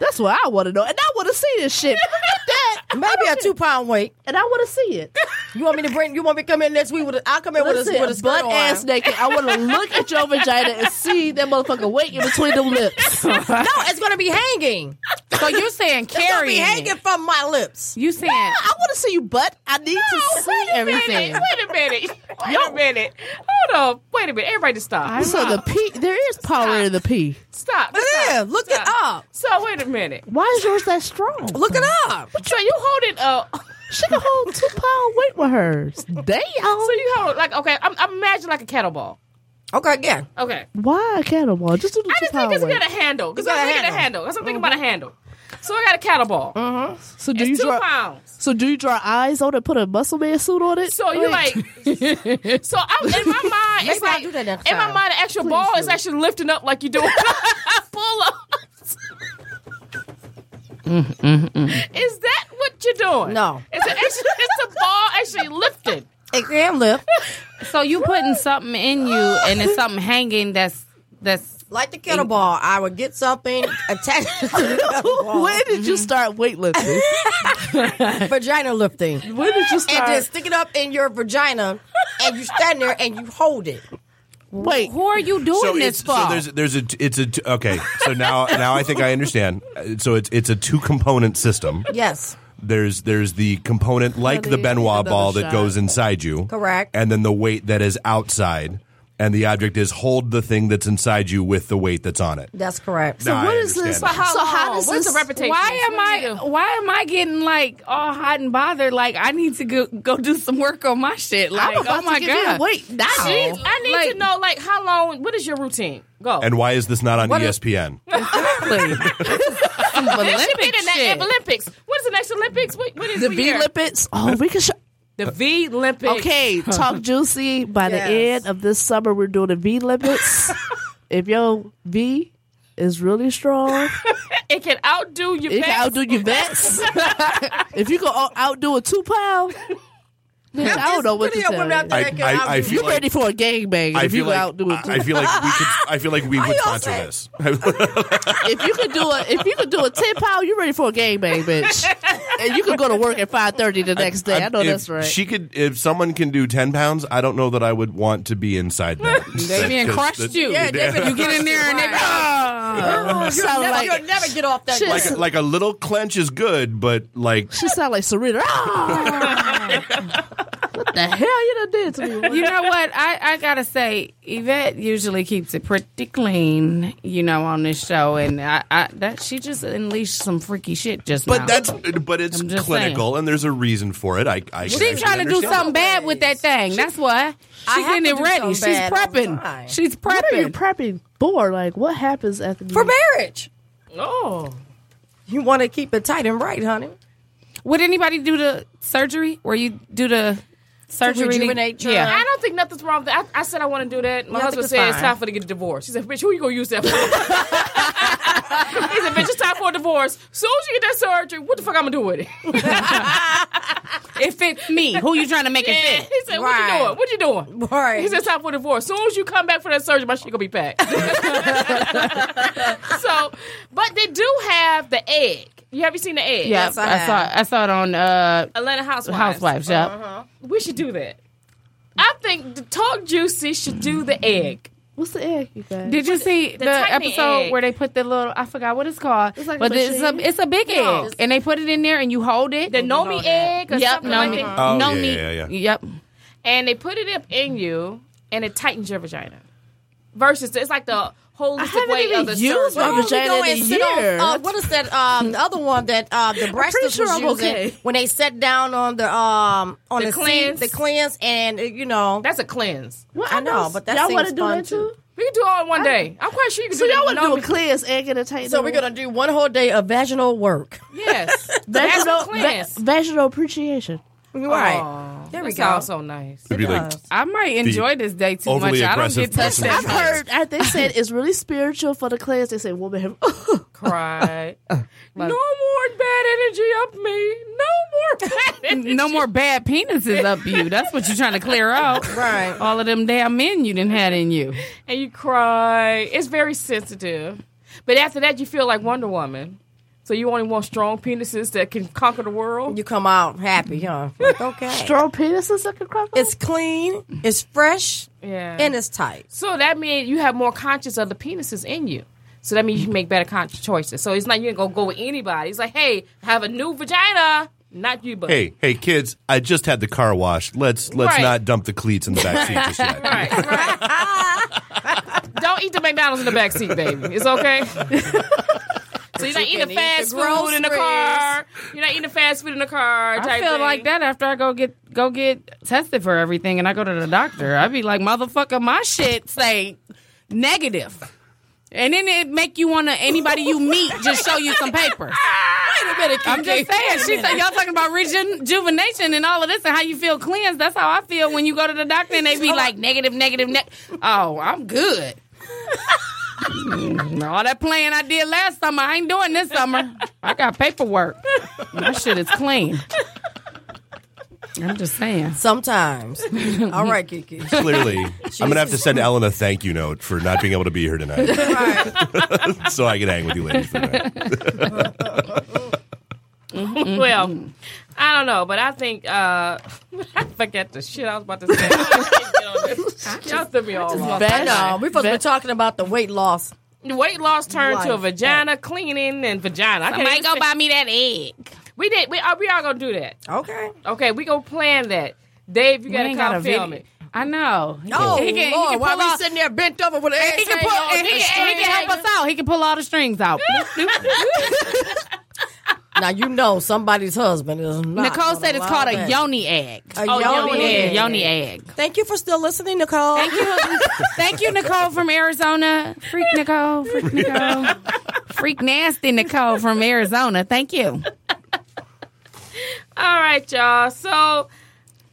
That's what I want to know. And I want to see this shit. Put that. Maybe a two pound weight. And I want to see it. You want me to bring? You want me to come in next week with? A, I'll come in with a, Listen, with a skirt butt on. ass naked. I want to look at your vagina and see that motherfucker weight in between them lips. No, it's gonna be hanging. So you saying It's gonna be carrying? hanging it. from my lips. You saying I want to see you butt. I need to see everything. Wait a minute. Wait a minute. Hold on. Wait a minute. Everybody just stop. So the P, there is power in the P. Stop. Yeah, stop. look it stop. up. So wait a minute. Why is yours that strong? Look it up. So you hold it up. She can hold two pound weight with hers. Damn. So you hold like okay. I'm, I'm imagine like a kettleball. Okay, yeah. Okay. Why a kettleball? Just do the I two just think pound it's weight. got a handle because You got I'm a thinking a handle. handle. That's what I'm thinking about a handle. So I got a kettleball. so do you It's two draw? pounds. So do you draw eyes on it? Put a muscle man suit on it? So you like, so I'm in my mind. It's Maybe I'll like do that next in my time. mind, the actual ball is do. actually lifting up like you do pull ups. Is that what you're doing? No. it's a, it's, it's a ball actually lifting. It can lift so you putting something in you and it's something hanging that's that's like the kettleball. I would get something attached to the when did mm-hmm. you start weightlifting? kettleball. vagina lifting, and when did you start? then stick it up in your vagina, and you stand there and you hold it. wait, who are you doing So, this it's, for? so there's there's a it's a t- okay. So now now I think I understand. Uh, So it's it's a two component system. Yes, There's there's the component like the Honey, Benoit another ball that shot. goes inside you, Correct. and then the weight that is outside, and the object is hold the thing that's inside you with the weight that's on it. that's correct. Now I what is this? understand So how does What's this? the reputation? why am What do you I why am I getting like all hot and bothered? Like I need to go go do some work on my shit. Like I'm about oh my to give you god, Oh. a weight now. do? I need, I need Like- to know like how long. What is your routine? Go. And why is this not on E is- ESPN? some it should be Olympic the next shit. Olympics. What is the next Olympics? What, what is The what V year? lipids. Oh, we can. Show- The V Olympics. okay, talk juicy. By Yes. the end of this summer, we're doing the V lipids. if your V is really strong, it can outdo your. it best. can outdo your vets. if you can out- outdo a two pound, bitch, I don't know what to Plenty of tell women out you. there I- that can I- outdo I you. feel You ready for a gangbang? I If you feel can like outdo I, a two I feel like we could. I feel like we would y'all sponsor say? this. if you could do a if you could do a ten pound, you ready for a game, bang, bitch. And you could go to work at five thirty the next day. I, know if that's right. She could. If someone can do ten pounds, I don't know that I would want to be inside that. They being Because crushed that's- you. Yeah, they been- you get in there and they. she You'll sound never, like you'll never get off that. Shit. ground. Like, like a little clench is good, but like she sound like Serena. Ah! what the hell you done did to me? woman? you know what? I, I gotta say, Yvette usually keeps it pretty clean, you know, on this show, and I, I that she just unleashed some freaky shit just But now. that's but it's I'm just clinical, and there's a reason for it. I, I can She's actually trying to do understand. something bad with that thing. That's why I she's have getting to it do ready. something She's bad all the time. prepping. She's what are you prepping. prepping for? Like what happens after for you- marriage. Oh. You want to keep it tight and right, honey. Would anybody do the surgery where you do the surgery? rejuvenate your- yeah. I don't think nothing's wrong with that. I, I said I want to do that. My Yeah, I husband think said it's it's fine. time for to get a divorce. He said, "Bitch, who you gonna use that for?" he said, "Bitch, it's time for a divorce. Soon as you get that surgery, what the fuck I'm gonna do with it?" It fits me. Who you trying to make it fit? he said, "What Right. you doing? What you doing?" Right. He said, "It's "Time for a divorce. Soon as you come back for that surgery, my shit gonna be packed." so, but they do have the egg. You have you seen the egg? Yeah, Yes, I I saw. have. I saw it on uh, Atlanta Housewives. Housewives. Yeah. We should do that. I think the talk juicy should do the egg. What's the egg you got? Did you see the, tiny episode egg. where they put the little? I forgot what it's called. It's like a but it's a machine? it's a big Yeah. egg, and they put it in there, and you hold it. the Nomi egg or Yep, something no, like need- that. Oh, no yeah, need. yeah, yeah. Yep. And they put it up in you and it tightens your vagina. Versus it's like the holistic haven't way even of the used surgery. my Why don't we vagina go in a and sit on, year? uh, what is that? Um, the other one that uh, the breasters sure was I'm using okay. when they sat down on the um on The the, cleanse. cleanse, the cleanse, and uh, you know, That's a cleanse. Well, I know, but that y'all seems wanna do fun that too. We can do it all in one day. I'm quite sure you can So do that. y'all want to do a Nomi- cleanse egg and a tight? so we're gonna do one whole day of vaginal work. Yes. That's a vaginal, cleanse. va- vaginal appreciation. Right there, we That go. sounds so nice. It'd be like I might enjoy this day too much. overly I don't aggressive get touched personal I've that choice. much. heard. I, they said it's really spiritual for the cleanse. They said women have. Cry. Like, No more bad energy up me. No more bad energy. no more bad penises up you. That's what you're trying to clear out. Right. All of them damn men you didn't had in you. And you cry. It's very sensitive. But after that, you feel like Wonder Woman. So you only want strong penises that can conquer the world. You come out happy, huh? Like, okay. Strong penises that can crop It's clean, it's fresh, Yeah. and it's tight. So that means you have more conscious of the penises in you. So that means you can make better conscious choices. So it's not you're gonna go with anybody. It's like, hey, have a new vagina, not you, but Hey, hey, kids! I just had the car washed. Let's let's Right. not dump the cleats in the back seat just yet. Right, right. Don't eat the McDonald's in the back seat, baby. It's okay. So you're not you eating can eat fast the food in the car. You're not eating fast food in the car. I type feel thing. like that after I go get go get tested for everything, and I go to the doctor. I be like, motherfucker, my shit say negative, and then it make you wanna anybody you meet just show you some papers. Wait a minute, I'm just saying. She said y'all talking about rejuvenation and all of this and how you feel cleansed. That's how I feel when you go to the doctor and they be like negative, negative, ne- Oh, I'm good. Mm, all that playing I did last summer, I ain't doing this summer. I got paperwork. My shit is clean. I'm just saying. Sometimes. All right, Kiki. Clearly, I'm gonna have to send Ellen a thank you note for not being able to be here tonight, Right. so I can hang with you ladies for the night. Well, Mm. I don't know, but I think uh, I forget the shit I was about to say. I can't get on this. Y'all threw me all off. I know. We're supposed to be talking about the weight loss. Weight loss turned to a Life. vagina cleaning and vagina. I can't Might even go say- buy me that egg. We did. We are. We are gonna do that. Okay. Okay, we gonna plan that. Dave, you We gotta ain't come got a film video. it. I know. Oh, He can- he Lord, can why pull we off- sitting there bent over with an ass He can, pull, and he, can, and he can help us out. He can pull all the strings out. Now, you know somebody's husband is not. Nicole gonna said it's allow called a Oh, that. yoni egg. A yoni yoni egg. egg. Yoni egg. Thank you for still listening, Nicole. Thank you, thank you, Nicole from Arizona. Freak Nicole, freak Nicole, freak nasty Nicole from Arizona. Thank you. All right, y'all. So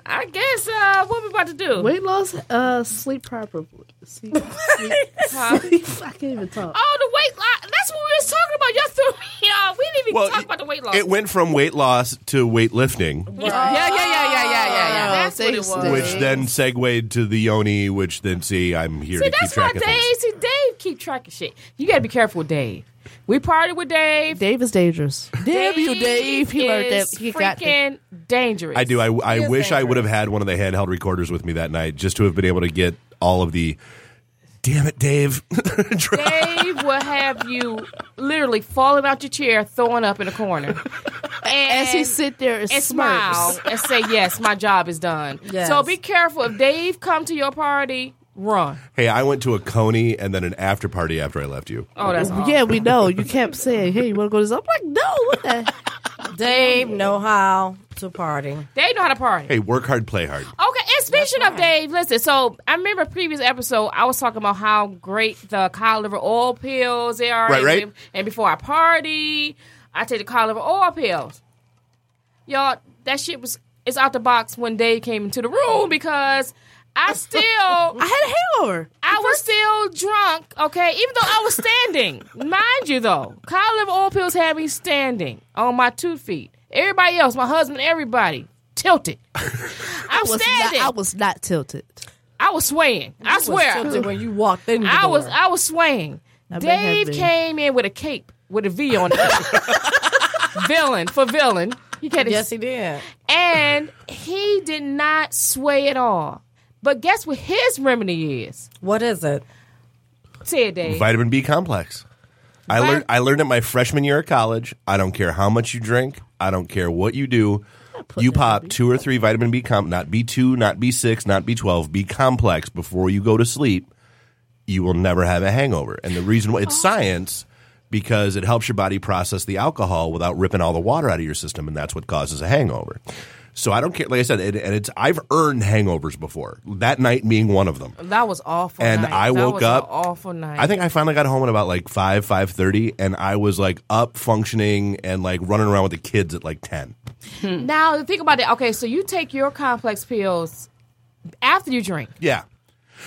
I guess uh, what we about to do? Weight loss, uh, sleep properly. Sleep, sleep, sleep. I can't even talk. Oh, the weight loss. That's what we was talking about. Y'all threw me off. We didn't even talk about the weight loss. It went from weight loss to weightlifting, Yeah, yeah, yeah, yeah, yeah, yeah, yeah. That's what it was. which then segued to the yoni, which then see I'm here See, to keep that's why track Dave. of things. See, Dave keep track of shit. You gotta be careful with Dave. We party with Dave. Dave is dangerous. Damn you, Dave. He learned that. is He got that. freaking dangerous. I do. I, I wish I would have had one of the handheld recorders with me that night, just to have been able to get all of the. Damn it, Dave! Dave will have you literally falling out your chair, throwing up in a corner. And As he sit there and, and smirks. smile and say, "Yes, my job is done." Yes. So be careful if Dave come to your party, run. hey, I went to a coney and then an after party after I left you. Oh, that's awful. Yeah, we know. You kept saying, "Hey, you want to go to this?" I'm like, "No, what the?" Dave know how to party. Dave know how to party. Hey, work hard, play hard. Okay, and speaking of Dave, listen. So I remember previous episode, I was talking about how great the cod liver oil pills they are. Right, right. And, and before I party, I take the cod liver oil pills. Y'all, that shit was it's out the box when Dave came into the room because I still I had a hangover. I was still drunk, okay, even though I was standing. Mind you, though, Kyle liver oil pills had me standing on my two feet. Everybody else, my husband, everybody, tilted. I'm I was not, standing. I was not tilted. I was swaying. I swear. Tilted when you walked in the I door. was I was swaying. may have Dave been. came in with a cape with a V on it. villain for villain. He had yes, his, he did. and he did not sway at all. But guess what his remedy is? What is it? Said Dave. Vitamin B complex. I learned I learned it my freshman year of college. I don't care how much you drink. I don't care what you do. You pop two or three vitamin B comp, not B two, not B six, not B twelve, B complex before you go to sleep. You will never have a hangover. And the reason why it's science because it helps your body process the alcohol without ripping all the water out of your system, and that's what causes a hangover. So I don't care. Like I said, it, and it's I've earned hangovers before. That night being one of them. That was awful. And night. I That woke was a up- awful night. I think I finally got home at about like five, five thirty, and I was like up functioning and like running around with the kids at like ten. now think about it. Okay, so you take your complex pills after you drink. Yeah.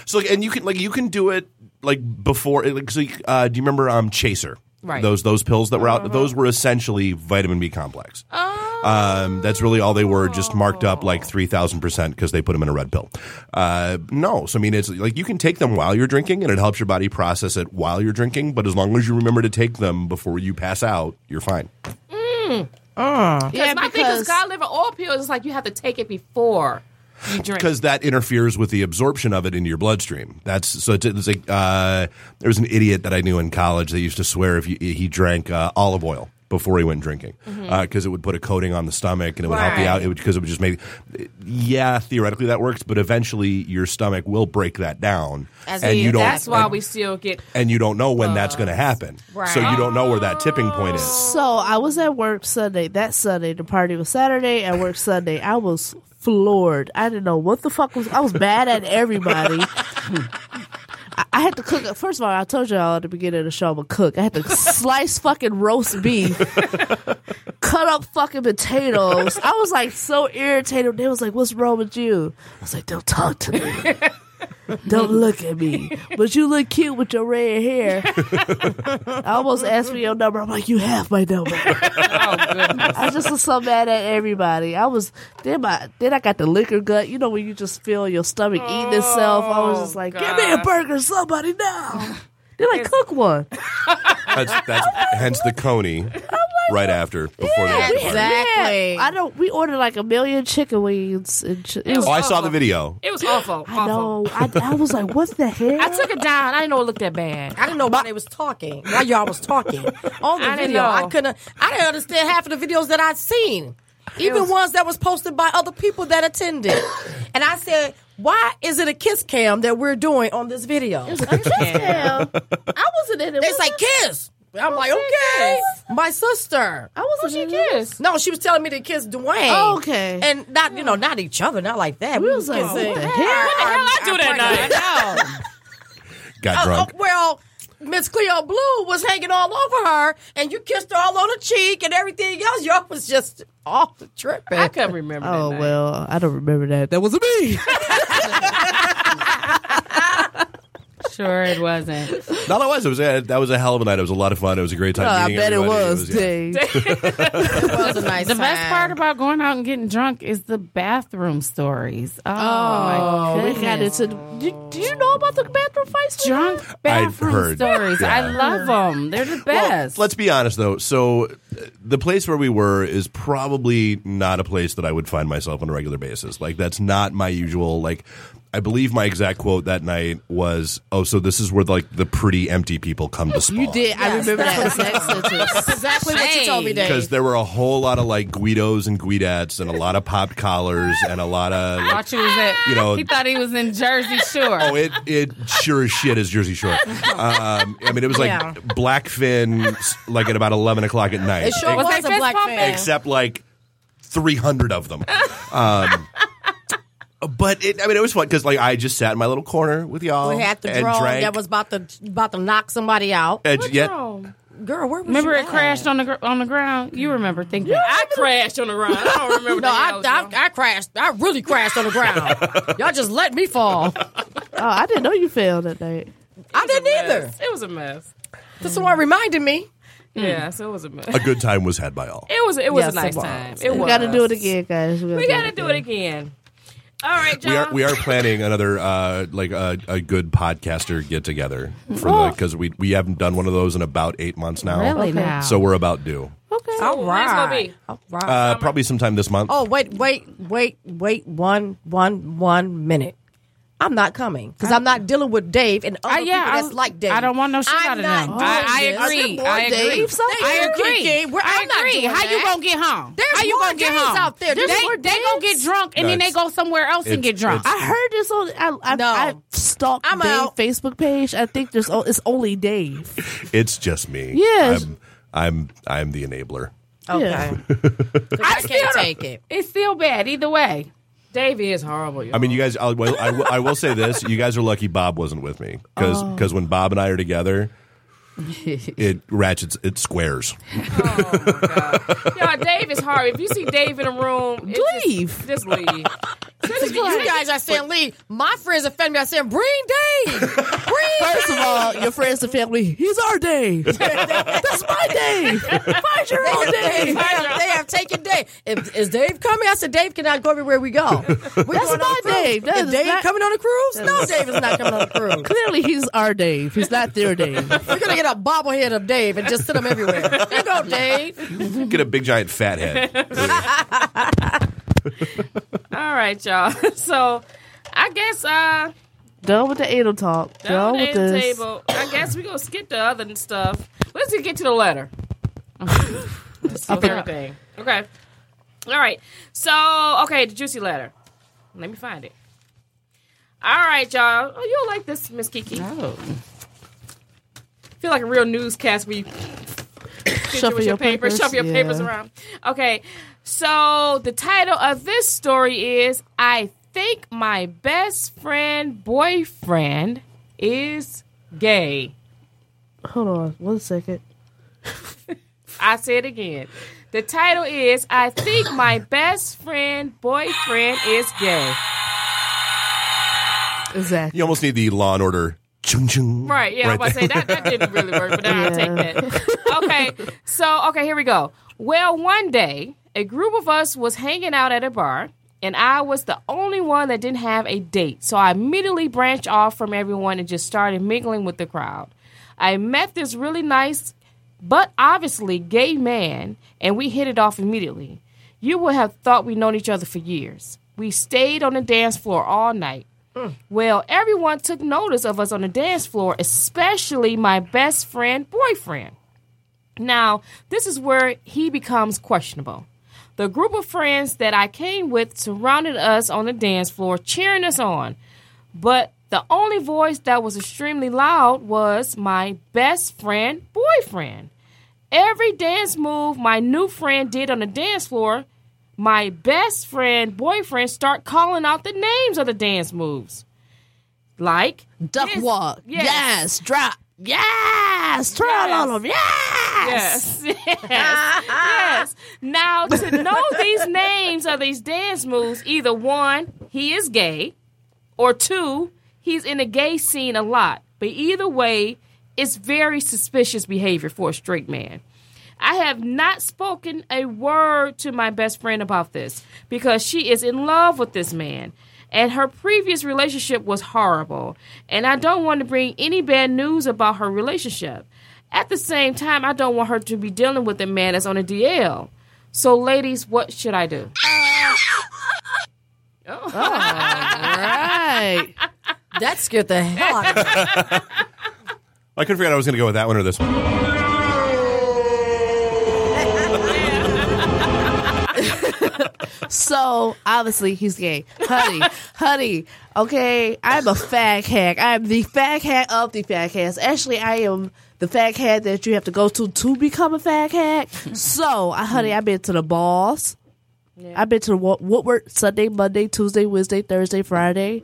So like, and you can like you can do it like before. Like, so, uh, do you remember um Chaser? Right. Uh-huh. Those those pills that were out, those were essentially vitamin B complex. Oh. Um, that's really all they were, just marked up like 3,000% because they put them in a red pill. Uh, no. So, I mean, it's like you can take them while you're drinking and it helps your body process it while you're drinking, but as long as you remember to take them before you pass out, you're fine. yeah, my thing is God liver oil pills. It's like you have to take it before you drink. because that interferes with the absorption of it into your bloodstream. That's so. It's, it's like uh, there was an idiot that I knew in college that used to swear if you, he drank uh, olive oil before he went drinking because it would put a coating on the stomach and it would help you out. It would because it would just make. Yeah, theoretically that works, but eventually your stomach will break that down, As and in, you don't. That's why and, we still get. and you don't know when that's going to happen, so you don't know where that tipping point is. So I was at work Sunday. That Sunday, the party was Saturday. At work Sunday, I was floored. I didn't know what the fuck was. I was mad at everybody. I- I had to cook. First of all, I told y'all at the beginning of the show I'm a cook. I had to slice fucking roast beef, cut up fucking potatoes. I was like so irritated. They was like, "What's wrong with you?" I was like, "Don't talk to me." Don't look at me, but you look cute with your red hair. I almost asked for your number. I'm like, you have my number. I just was so mad at everybody. I was then my then I got the liquor gut. You know when you just feel your stomach eating itself. I was just like, give me a burger, somebody now. They're like, cook one. That's, that's hence the coney right after before the next party. Exactly. I don't. We ordered like a million chicken wings. And chi- it was, Oh, I saw the video. It was awful. awful. I know. I, I was like, what the heck? I took it down. I didn't know it looked that bad. I didn't know why they was talking. Why y'all was talking on the I didn't video? I know. couldn't. I didn't understand half of the videos that I'd seen, even ones that was posted by other people that attended. and I said, "Why is it a kiss cam that we're doing on this video?" I wasn't in it. It's was like I? kiss. I'm like, she okay, my sister. Mm-hmm. I wasn't in it. Yes. No, she was telling me to kiss Dwayne. Oh, okay. and not you know not each other, not like that. We was like, kissing what the our- hell? What the hell I our- do our that partner. night? I know. Got Oh, drunk. oh, well, Miss Cleo Blue was hanging all over her, and you kissed her all on the cheek and everything else. Y'all was just off the trip. I couldn't remember. that Oh night. well, I don't remember that. That was not me. Sure, it wasn't. No, it was. It was a, that was a hell of a night. It was a lot of fun. It was a great time. Oh, I meeting bet it everybody. was. yeah. Dang. It was a nice The best part about going out and getting drunk is the bathroom stories. Oh, my Oh, we goodness. got into. Do, do you know about the bathroom fights? we had? drunk bathroom heard, stories. yeah. I love them. They're the Well, best. let's be honest though. So, uh, the place where we were is probably not a place that I would find myself on a regular basis. Like that's not my usual. Like, I believe my exact quote that night was, "Oh, so this is where like the pretty empty people come to spa." You did. I remember that exact sentence. exactly what you told me, Dave. Because there were a whole lot of like Guidos and Guidettes and a lot of popped collars and a lot of like, thought you was at, You know- he thought he was in Jersey Shore. Oh, it it sure as shit is Jersey Shore. Um, I mean, it was like Yeah. Blackfin, s- like at about eleven o'clock at night. It sure Was was, they a fist black bumping? fan. except like three hundred of them. Um, but it, I mean, it was fun because like I just sat in my little corner with y'all. We had the and drone drank, that was about to about to knock somebody out. and yet- Girl, where was Remember you it at? crashed on the gr- on the ground. You remember thinking I crashed on the run. I don't remember. No, the I, hell I, was I crashed. I really crashed on the ground. Y'all just let me fall. Oh, I didn't know you failed that night. I didn't wrong. either. It was a mess. That's what reminded me. Yeah, so it was a mess. a good time was had by all. It was Mm. it was Yes, a nice it was. time. It we was. got to do it again, guys. We gotta do it again. All right, John. We are we are planning another uh, like a, a good podcaster get together for because we we haven't done one of those in about eight months now. really now. So we're about due. All when's it gonna be? All right. Uh, probably sometime this month. Oh wait, wait, wait, wait! One, one, one minute. I'm not coming because I'm not dealing with Dave and other I- yeah, people I- that's like Dave. I don't want no shit I'm out of not them. doing I- I this. agree. I agree. Dave, so I They're agree. kicking. We're- I I'm not agree. doing How you that. gonna get home? There's How you more gonna get days home out there. They, There's they more gonna get days. drunk and then No, they go somewhere else and it's- get drunk. I heard this on. I I, No. I stalked I'm Dave's out. Facebook page. I think there's. o- It's only Dave. It's just me. Yes. I'm I'm I'm the enabler. Yeah. I can't take it. it's still bad either way. Dave is horrible. Y'all. I mean, you guys. I'll, well, I, will- I will say this: you guys are lucky Bob wasn't with me because Oh. when Bob and I are together, it ratchets, it squares. Y'all, Dave is horrible. If you see Dave in a room, it's just- Leave. Just leave. you guys are saying leave. My friends and family are saying bring Dave. Bring First of all, your friends and family, he's our day. That's my day. Find your own Dave. day. They have, they have taken Dave. If, is Dave coming? I said Dave cannot go everywhere we go. We're going on not a cruise. Dave. That Is is Dave not- coming on a cruise? No, Dave is not coming on a cruise. Clearly, he's our Dave. He's not their Dave. We're gonna get a bobblehead of Dave and just sit him everywhere. Here you go, Dave. Get a big giant fat head. All right, y'all. So I guess uh Done with the anal talk. down Done at with the this. table. I guess we gonna skip the other stuff. Let's just get to the letter. Let's do everything. Okay. All right. So okay, the juicy letter. Let me find it. All right, y'all. Oh, you'll like this, Miss Kiki. Oh. feel like a real newscast where you shuffle your papers, shuffle your yeah. papers around. Okay, so the title of this story is "I think my best friend boyfriend is gay." Hold on one second. I say it again. The title is "I think my best friend boyfriend is gay." Exactly. You almost need the Law and Order. Chung chung. Right. Yeah, I was about to say that, that didn't really work, but now Yeah. I'll take that. Okay. So, okay, here we go. Well, one day, a group of us was hanging out at a bar, and I was the only one that didn't have a date. So I immediately branched off from everyone and just started mingling with the crowd. I met this really nice but obviously gay man, and we hit it off immediately. You would have thought we'd known each other for years. We stayed on the dance floor all night. Well, everyone took notice of us on the dance floor, especially my best friend boyfriend. Now, this is where he becomes questionable. The group of friends that I came with surrounded us on the dance floor, cheering us on. But the only voice that was extremely loud was my best friend boyfriend. Every dance move my new friend did on the dance floor, my best friend boyfriend start calling out the names of the dance moves. Like Duck Yes. walk. Yes. Yes. Drop. Yes. Twirl Yes. on them. Yes. Yes. Yes. yes. Now, to know these names of these dance moves, either one, he is gay, or two, he's in the gay scene a lot. But either way, it's very suspicious behavior for a straight man. I have not spoken a word to my best friend about this because she is in love with this man. And her previous relationship was horrible. And I don't want to bring any bad news about her relationship. At the same time, I don't want her to be dealing with a man that's on a DL. So, ladies, what should I do? Right. That scared the hell out of me. I couldn't figure out I was going to go with that one or this one. So obviously he's gay, honey, honey. Okay, I'm a fag hack. I'm the fag hack of the fag hacks. Actually, I am the fag hack that you have to go to to become a fag hack. So, uh, honey, I've been to the balls. I've been to Wo- Woodward Sunday, Monday, Tuesday, Wednesday, Thursday, Friday.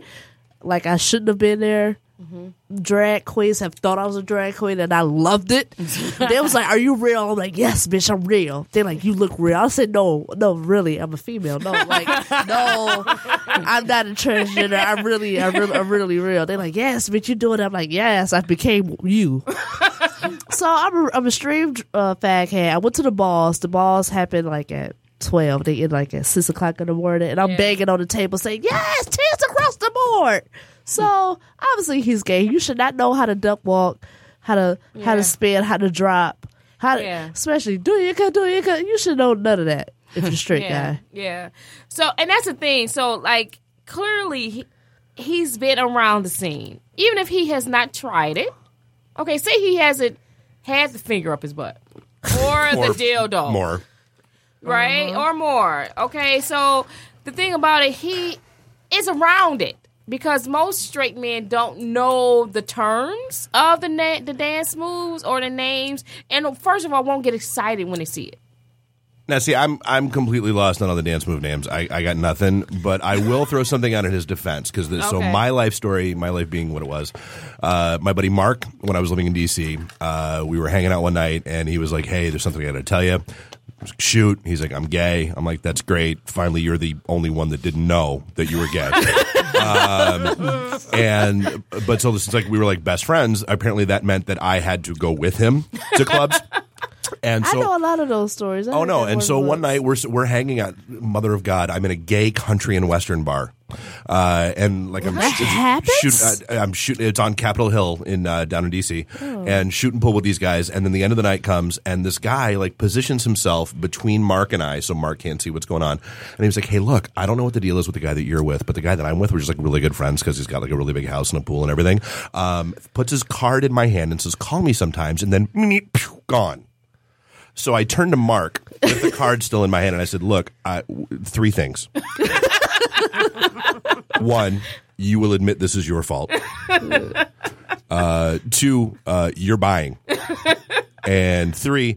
Like I shouldn't have been there. Drag queens have thought I was a drag queen and I loved it. they was like, Are you real? I'm like, Yes, bitch, I'm real. They're like, You look real. I said, No, no, really, I'm a female. No, like, no, I'm not a transgender. I'm really, I'm really, I'm really real. They're like, Yes, bitch, you doing it. I'm like, Yes, I became you. so I'm a, I'm a stream uh, fag head. I went to the balls. The balls happened like at twelve. They end like at six o'clock in the morning, and I'm banging on the table saying, "Yes, tits across the board." So obviously he's gay. You should not know how to duck walk, how to how Yeah. to spin, how to drop, how to, Yeah. especially do you do you You should know none of that if you're a straight Yeah. guy. Yeah. So, and that's the thing. So, like, clearly he, he's been around the scene. Even if he has not tried it, okay, say he hasn't had the finger up his butt or, Or the dildo. More. right? Or more. Okay, so the thing about it, he is around it because most straight men don't know the terms of the na- the dance moves or the names, and first of all, won't get excited when they see it. Now, see, I'm I'm completely lost on all the dance move names. I, I got nothing, but I will throw something out in his defense because so Okay. my life story, my life being what it was. Uh, my buddy Mark, when I was living in D.C., uh, we were hanging out one night, and he was like, "Hey, there's something I got to tell you." shoot. He's like, I'm gay. I'm like, that's great. Finally, you're the only one that didn't know that you were gay. um, and but so since like we were like best friends, apparently that meant that I had to go with him to clubs. And so I know a lot of those stories. I Oh read no! that And so book. one night we're we're hanging out. Mother of God, I'm in a gay country and western bar, uh, and like I'm That sh- happens? shoot- I, I'm shooting. It's on Capitol Hill in uh, down in DC, Oh. and shooting pool with these guys. And then the end of the night comes, and this guy like positions himself between Mark and I, so Mark can't see what's going on. And he was like, "Hey, look, I don't know what the deal is with the guy that you're with, but the guy that I'm with, we're just like really good friends because he's got like a really big house and a pool and everything." Um, puts his card in my hand and says, "Call me sometimes," and then pew, gone. So I turned to Mark with the card still in my hand, and I said, "Look, I, w- three things. One, you will admit this is your fault. Uh, two, uh, you're buying, and three,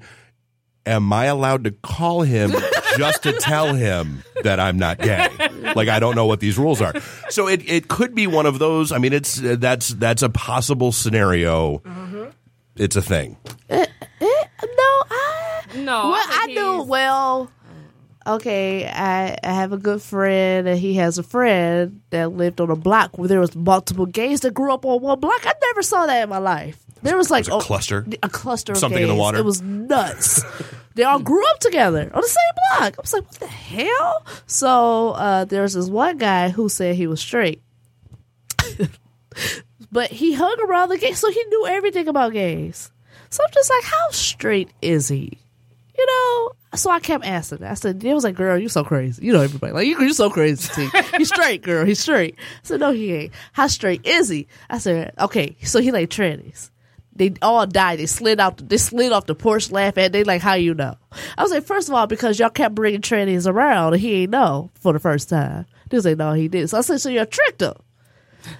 am I allowed to call him just to tell him that I'm not gay? Like I don't know what these rules are. So it it could be one of those. I mean, it's that's that's a possible scenario. It's a thing. Eh, no, I. No, Well, think I he's- do. Well, okay. I, I have a good friend, and he has a friend that lived on a block where there was multiple gays that grew up on one block. I never saw that in my life. There was like a cluster? a cluster, of Something in the gays. water? It was nuts. they all grew up together on the same block. I was like, what the hell? So uh, there's this one guy who said he was straight. But he hung around the gay, so he knew everything about gays. So I'm just like, how straight is he? You know? So I kept asking. I said, "It was like, girl, you so crazy. You know everybody. Like, you, you're so crazy. T. He's straight, girl. He's straight. I said, no, he ain't. How straight is he? I said, okay. So he like trannies. They all died. They slid out. They slid off the porch, laugh at. They like, how you know? I was like, first of all, because y'all kept bringing trannies around, and he ain't know for the first time. They was like, no, he did. So I said, so y'all tricked him.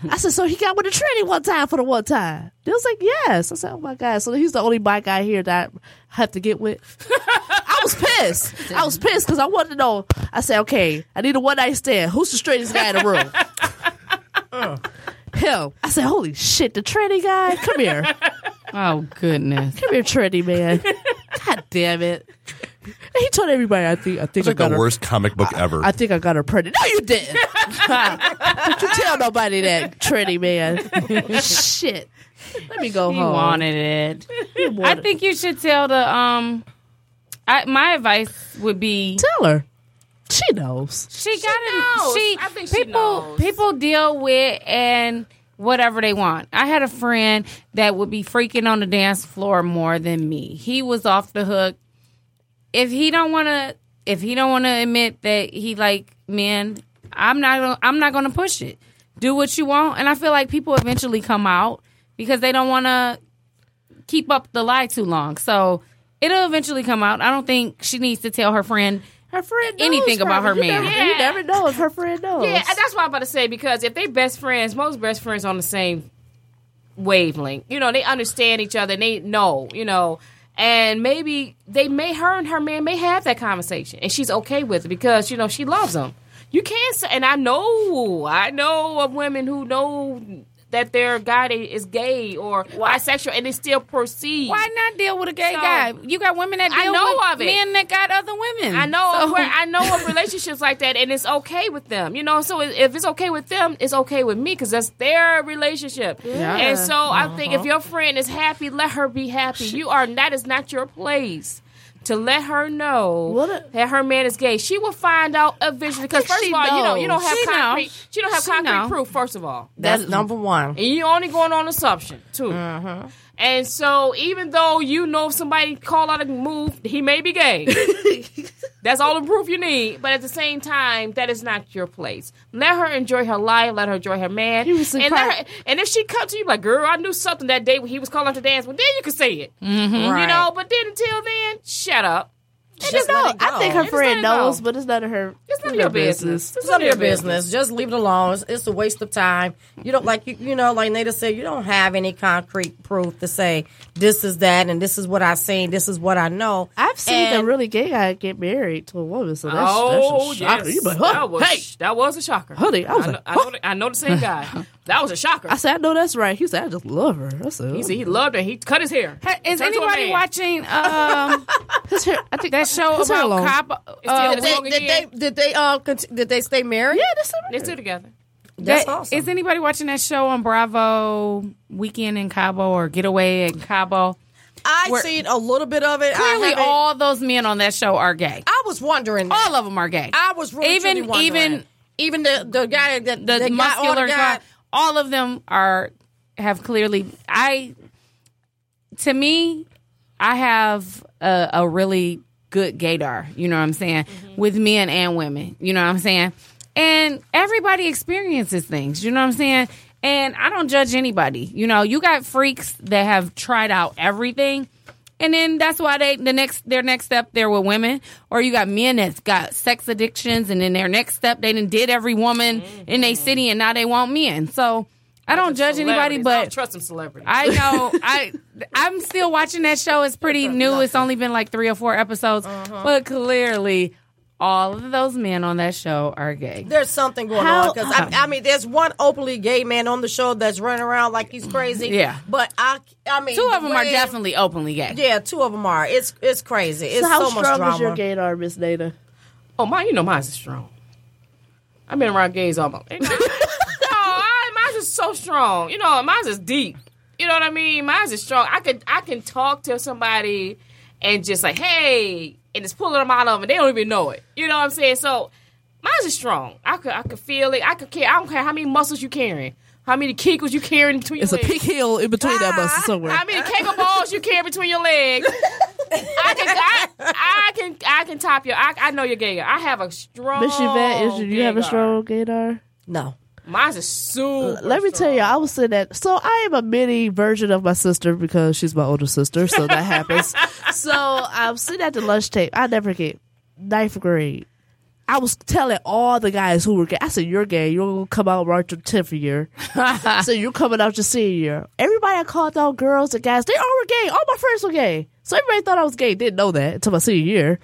I said, so he got with a tranny one time for the one time. They was like, yes. I said, oh my god. So he's the only black guy here that I have to get with. I was pissed. I was pissed because I wanted to know. I said, okay, I need a one night stand. Who's the straightest guy in the room? Him. I said, holy shit, the tranny guy. Come here, Oh goodness. come here, tranny man. God damn it. And he told everybody, I think, I think It's like I got the her- worst comic book ever. I think I got her pregnant. No, you didn't. Don't you tell nobody that, Trinity man. Shit. Let me go He home. wanted it. I wanted- think you should tell the um. I, my advice would be Tell her. She knows. she got knows. it. She I think she people knows. people deal with and whatever they want. I had a friend that would be freaking on the dance floor more than me. He was off the hook. If he don't want to, if he don't want to admit that he like men, I'm not. gonna- I'm not going to push it. Do what you want, and I feel like people eventually come out because they don't want to keep up the lie too long. So it'll eventually come out. I don't think she needs to tell her friend Her friend knows Anything about probably. her You man. never- You never know if her friend knows. Yeah, and that's what I'm about to say because if they best friends, most best friends on the same wavelength. You know, they understand each other and they know, you know. And maybe they may her and her man may have that conversation and she's okay with it because, you know, she loves him. You can't say and I know I know of women who know that their guy they- is gay or bisexual and they still proceed. Why not deal with a gay So- guy? You got women that I deal know with of it. men that got other women. I know So- of where I know of relationships like that, and it's okay with them, you know. So if it's okay with them, it's okay with me because that's their relationship. And so I think if your friend is happy, let her be happy. You are that is not your place. To let her know What a- that her man is gay, she will find out eventually. Because think first she of all, you know you don't knows. have She concrete. knows. She don't have She concrete know. proof. First of all, That's number one. and you're only going on assumption too. And so, even though you know if somebody call out a move, he may be gay. That's all the proof you need. But at the same time, that is not your place. Let her enjoy her life. Let her enjoy her man. He was and, let her, surprised. and if she comes to you like, girl, I knew something that day when he was calling out to dance. Well, then you can say it. You Mm-hmm. Right. know. But then until then, shut up. She just know. Oh, I think her Just let friend it go. knows, but it's none of her. It's none of your business. It's none of your business. Just leave it alone. It's, it's a waste of time. You don't like you, you know, like Nada said, you don't have any concrete proof to say this is that and this is what I seen, this is what I know. I've seen And- a really gay guy get married to a woman, so that's, Oh, that's a shocker. yes. You be like, huh, that was, hey, that was a shocker. honey, I was I know, like, I, know the, I know the same guy. That was a shocker. I said, I know that's right. He said, I just love her. I said, He said he loved her. He cut his hair. Is Turn to a anybody man. watching? Um, His hair, I think That show Who's her alone? about cop. Uh, It's the Did, Smoking did they again. did they uh cont- did they stay married? Yeah, that's They're still together. that's that- awesome. Is anybody watching that show on Bravo Weekend in Cabo or Getaway in Cabo? I We're- seen a little bit of it. I, Clearly, haven't- all those men on that show are gay. I was wondering. that. All of them are gay. I was really even truly wondering. even even the the guy that the that got- all muscular the guy. All of them are have clearly. I to me, I have a, a really good gaydar. You know what I'm saying with men and women. You know what I'm saying, and everybody experiences things. You know what I'm saying. And I don't judge anybody. You know, you got freaks that have tried out everything. And then that's why they the next their next step they're with women, or you got men that's got sex addictions, and then their next step they done did every woman in their city, and now they want men. So I don't judge anybody, Celebrities. I but don't trust some celebrities. I know I I'm still watching that show. It's pretty new. It's only been like three or four episodes, Uh-huh. but clearly all of those men on that show are gay. There's something going How- on because I, I mean, there's one openly gay man on the show that's running around like he's crazy. Yeah. but I, I mean, Two the of them are way- definitely openly gay. Yeah, two of them are. It's it's crazy. It's So how so, much strong drama. is your gaydar, Miss Dana? Oh, mine, you know mine's is strong. I've been around gays all my life. no, I, mine's is so strong. You know, mine's is deep. You know what I mean? Mine's is strong. I could I can talk to somebody and just like, hey, and it's pulling them out of it. They don't even know it. You know what I'm saying? So mine's is strong. I could I could feel it. I could care. I don't care how many muscles you carrying, how many kegels you carrying between It's a your legs. pig heel in between that Ah, muscle somewhere. How many kegel balls you carry between your legs? I can, I, I can, I can top your. I, I know your gator. I have a strong. Miss Yvette, Oh, is you, you have a gaydar. strong gaydar? no, Mine's a super. Let me tell you, I was saying that. So I am a mini version of my sister because she's my older sister, so that happens. So I'm sitting at the lunch table. I never get ninth grade. I was telling all the guys who were gay. I said, "You're gay. You're gonna come out right your tenth year. so you're coming out your senior year." Everybody I called out, girls and guys, they all were gay. All my friends were gay. So everybody thought I was gay. Didn't know that until my senior year.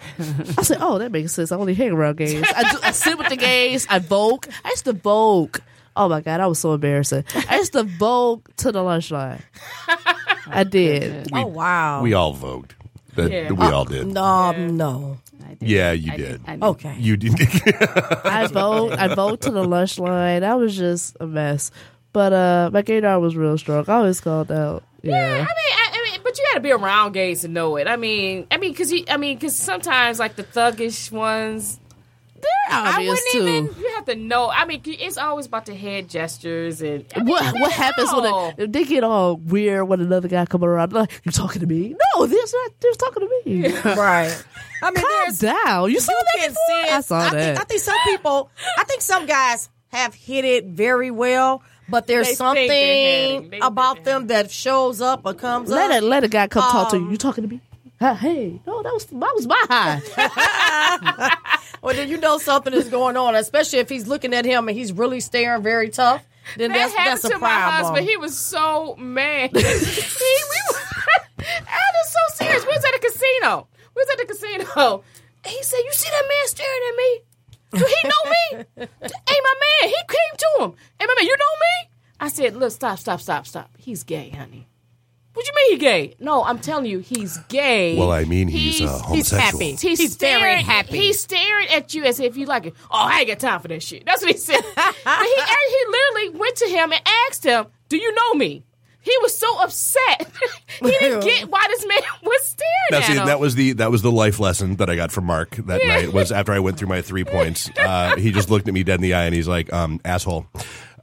I said, "Oh, that makes sense. I only hang around gays. I, do, I sit with the gays. I vogue. I used to vogue. Oh my god, I was so embarrassing. I used to vogue to the lunch line. I did. We, oh wow, we all vogued. That- Yeah. We all did. no, um, no. Yeah, you I did. I Okay, You did. I vogue. I vogue to the lunch line. I was just a mess. But uh, my gaydar was real strong. I always called out. I mean, Yeah. I, I mean, but you got to be around gays to know it. I mean, I mean, because I mean, because sometimes like the thuggish ones, They're obvious I too. wouldn't even. You have to know. I mean, it's always about the head gestures and I mean, what you what gotta happens when know. a, they get all weird when another guy come around like you talking to me? No, they're not. They're talking to me. right. I mean, Calm there's down. You saw you that can before? sense- I saw that. Think, I think some people, I think some guys have hit it very well, but there's They think something they had it. They about think they them that shows up or comes let up. a let a guy come talk to you. Um, You talking to me? Huh, hey, no, that was that was my high. Or then you know something is going on, especially if he's looking at him and he's really staring very tough. Then That that's happened that's a to my problem. husband. He was so mad. he, we were, I was so serious. We was at a casino. We was at the casino. And he said, "You see that man staring at me? Do he know me? Ain't my man? He came to him. Ain't my man? You know me?" I said, "Look, stop, stop, stop, stop. He's gay, honey." What you mean he gay? No, I'm telling you, he's gay. well, I mean, he's, uh, He's- he's homosexual. happy. He's, He's very staring, happy. He's staring at you as if you like it. Oh, I ain't got time for that shit. That's what he said. but he, and he literally went to him and asked him, "Do you know me?" He was so upset. he didn't get why this man was staring Now, at see, him. that was the that was the life lesson that I got from Mark that Yeah. night. Was after I went through my three points, uh, he just looked at me dead in the eye and he's like, um, "Asshole,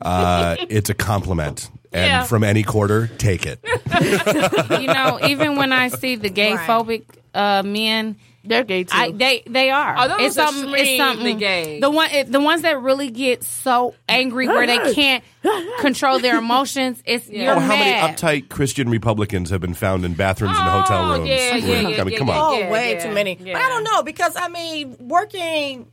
uh, it's a compliment, and Yeah. from any quarter, take it." you know, even when I see the gay phobic uh, men, They're gay too. I, they they are. Oh, those it's are something. It's extremely something. gay. The one, it, the ones that really get so angry where they can't control their emotions. It's you're Oh, how many mad. uptight Christian Republicans have been found in bathrooms and hotel Oh, rooms? yeah, yeah, I yeah, mean, yeah, come yeah. on. Oh, way yeah, too many. yeah. But I don't know because I mean, working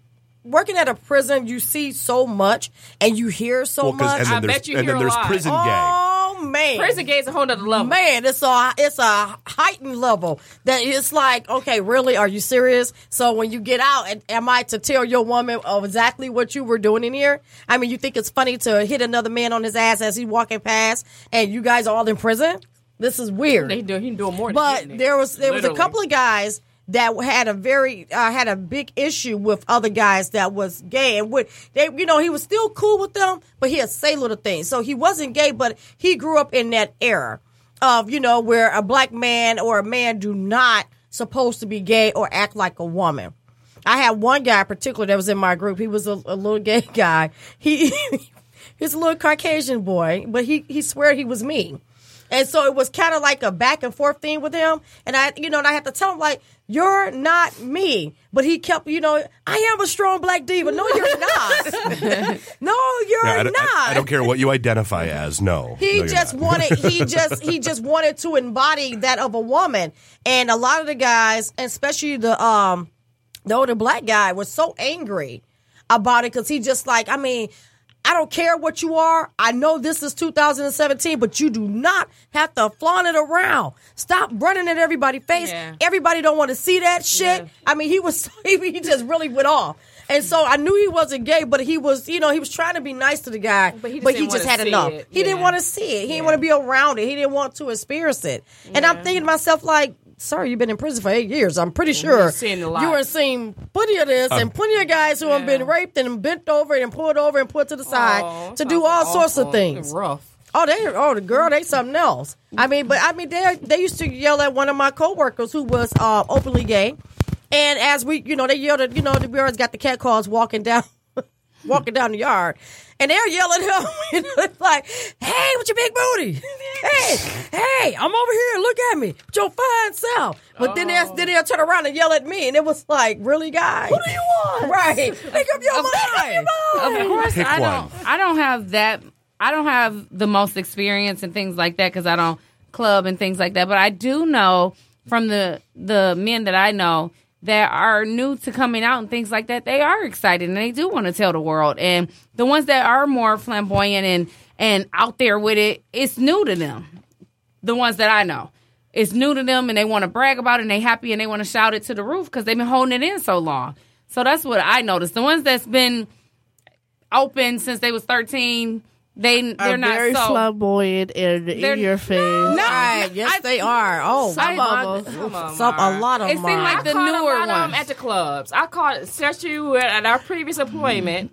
working at a prison, you see so much and you hear so Well, 'cause- much. and then Oh, I there's, bet you and hear then a there's lot. prison gay. oh man, prison gay is a whole nother level. Oh, man, it's a it's a heightened level that it's like, okay, really, are you serious? So when you get out, and am I to tell your woman of exactly what you were doing in here? I mean, you think it's funny to hit another man on his ass as he's walking past, and you guys are all in prison? This is weird. He doing, he doing more. than But hitting it. there was there was a Literally. couple of guys that had a very uh, had a big issue with other guys that was gay and would they you know he was still cool with them but he'd say little things so he wasn't gay but he grew up in that era of you know where a black man or a man do not supposed to be gay or act like a woman. I had one guy in particular that was in my group. He was a, a little gay guy. He he's a little Caucasian boy, but he he swear he was me. And so it was kind of like a back and forth thing with him. And I, you know, and I had to tell him like, "You're not me." But he kept, you know, I am a strong black diva. No, you're not. no, you're No, not. I, don't- I- I don't care what you identify as. No, No, He you're just not. wanted he just he just wanted to embody that of a woman. And a lot of the guys, especially the um the older black guy was so angry about it cuz he just like, I mean, I don't care what you are. I know this is 2017, but you do not have to flaunt it around. Stop running at everybody's face. Yeah. Everybody don't want to see that shit. I mean, he was he just really went off. And so I knew he wasn't gay, but he was, you know, he was trying to be nice to the guy, but But he he just, just didn't wanna had see enough. it. He didn't Yeah. want to see it. He didn't want to be around it. He didn't want to experience it. And I'm thinking to myself, like, sir, you've been in prison for eight years. I'm pretty sure you've seen a lot. you have seen plenty of this and plenty of guys who have been raped and bent over and pulled over and put to the side Oh, to do sounds all sorts of awful. things. Rough. Oh, they oh the girl, they something else. I mean, but I mean they they used to yell at one of my coworkers who was uh, openly gay, and as we you know they yelled at you know the girls got the cat calls walking down. Walking down the yard, and they're yelling at him, you know, it's like, "Hey, with your big booty! Hey, hey, I'm over here. Look at me, with your fine self." But then they'll then they'll turn around and yell at me, and it was like, "Really, guys? What do you want? Right? Make up your mind. Of course, Pick I one. don't. I don't have that. I don't have the most experience and things like that because I don't club and things like that. But I do know from the the men that I know that are new to coming out and things like that, they are excited and they do want to tell the world. And the ones that are more flamboyant and and out there with it, it's new to them. The ones that I know. It's new to them and they want to brag about it and they happy and they want to shout it to the roof because they've been holding it in so long. So that's what I noticed. The ones that's been open since they was 13. They they're Are not very so. flamboyant and They're- in your face. No, Right? Yes, I- they are. Oh, Some my of God. Come on, Some, a Mara. lot of It them. seemed like the I caught newer a lot of ones. them at the clubs. I caught, especially when- at our previous Mm. employment,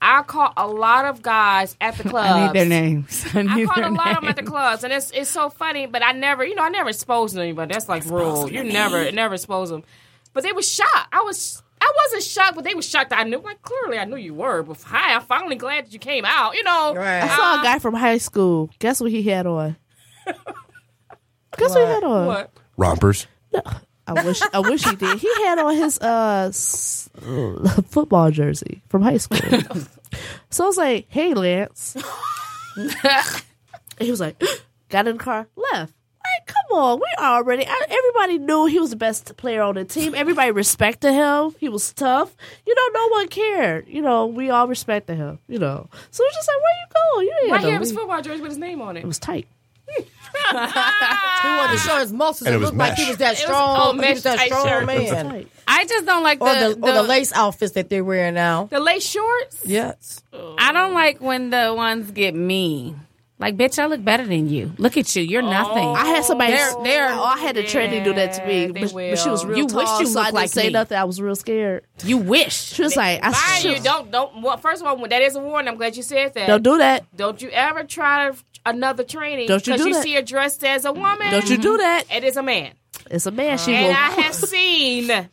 I caught a lot of guys at the clubs. I need their names. I I need caught their a lot of them at the names. clubs, and it's it's so funny. But I never, you know, I never exposed anybody. That's like rule. You never, never expose them. But they were shocked. I was, I wasn't shocked, but they were shocked. that I knew, like clearly, I knew you were. But hi, I'm finally glad that you came out. You know, Uh, Right. I Ah. saw a guy from high school. Guess what he had on? Guess what, he had on? What? rompers. I wish I wish he did. He had on his uh s- football jersey from high school. so I was like, "Hey, Lance." he was like, "Got in the car, left." Like, come on, we already. I, everybody knew he was the best player on the team. Everybody respected him. He was tough. You know, no one cared. You know, we all respected him. You know, so it's just like, where you go? You ain't Why got he no have his lead." football jersey with his name on it? It was tight. He wanted to show his muscles. And It, it was looked like he mesh. was that was- strong. oh, he mesh was that tight strong shirt. man. Tight. I just don't like Or the, the, or the lace outfits that they're wearing now. The lace shorts. Yes. I don't like when the ones get mean. Like, bitch, I look better than you. Look at you. You're nothing. I had somebody. They're- they're- oh, I had a trendy do that to me, Yeah, they but, but she will. was real You wish tall, you so I looked didn't like say me. nothing. I was real scared. you wish. She was like, "I Mind she you, was- don't don't. Well, first of all, that is a warning. I'm glad you said that. don't do that. Don't you ever try to another training Don't you do you that. see her dressed as a woman. Don't you do that. It is a man. It's a man. She And will. I have seen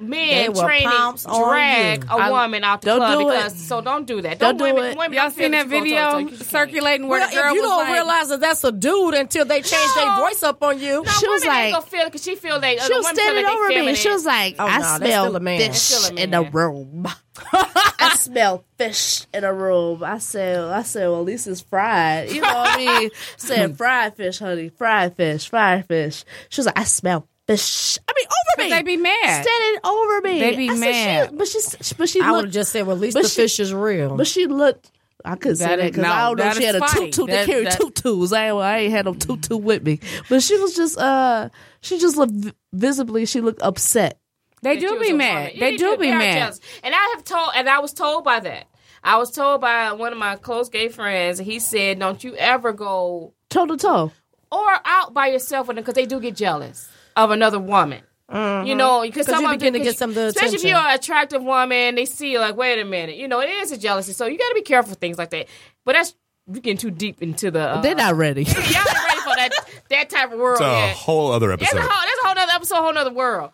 men will training pounce on drag a I- woman out the Don't club do it. because so don't do that. Don't Don't, do women, it. women Y'all don't seen feel that you gonna talk video to, you can't. circulating where Well, the girl if you was don't like, realize that that's a dude until they change their No. voice up on you. No, She was women like- ain't gonna feel because she feel like she was standing over me. She was like, Oh, "I no, that's still smell a man. That's fish still a in the man. room. I smell fish in the room." I said, "I said, well, at least it's fried." You know what I mean? said fried fish, honey, fried fish, fried fish. She was like, "I smell fish." I mean, over me. they be mad. standing over me. They be I said, mad. She, but she, but she I would looked have just said, well, at least But the she- fish is real. But she looked. I couldn't say That that is- because no, I don't know. if that She is had a funny. tutu. They That- carry that- tutus. I, I ain't had no tutu with me. But she was just. uh She just looked vi- visibly. She looked upset. they that do you be was a mad. woman. You They need do to be very mad. jealous. And I have told, and I was told by that. I was told by one of my close gay friends. He said, "Don't you ever go Toe to toe. or out by yourself with them because they do get jealous of another woman." You know, because Mm-hmm. 'Cause you sometimes begin to because get some of the especially if attention. you're an attractive woman, they see like, wait a minute, you know, it is a jealousy. So you got to be careful with things like that. But that's you're getting too deep into the. Uh, They're not ready. y'all ain't ready for that that type of world. Oh, It's a yet. whole other That's a episode. whole. That's a whole nother episode, whole nother world.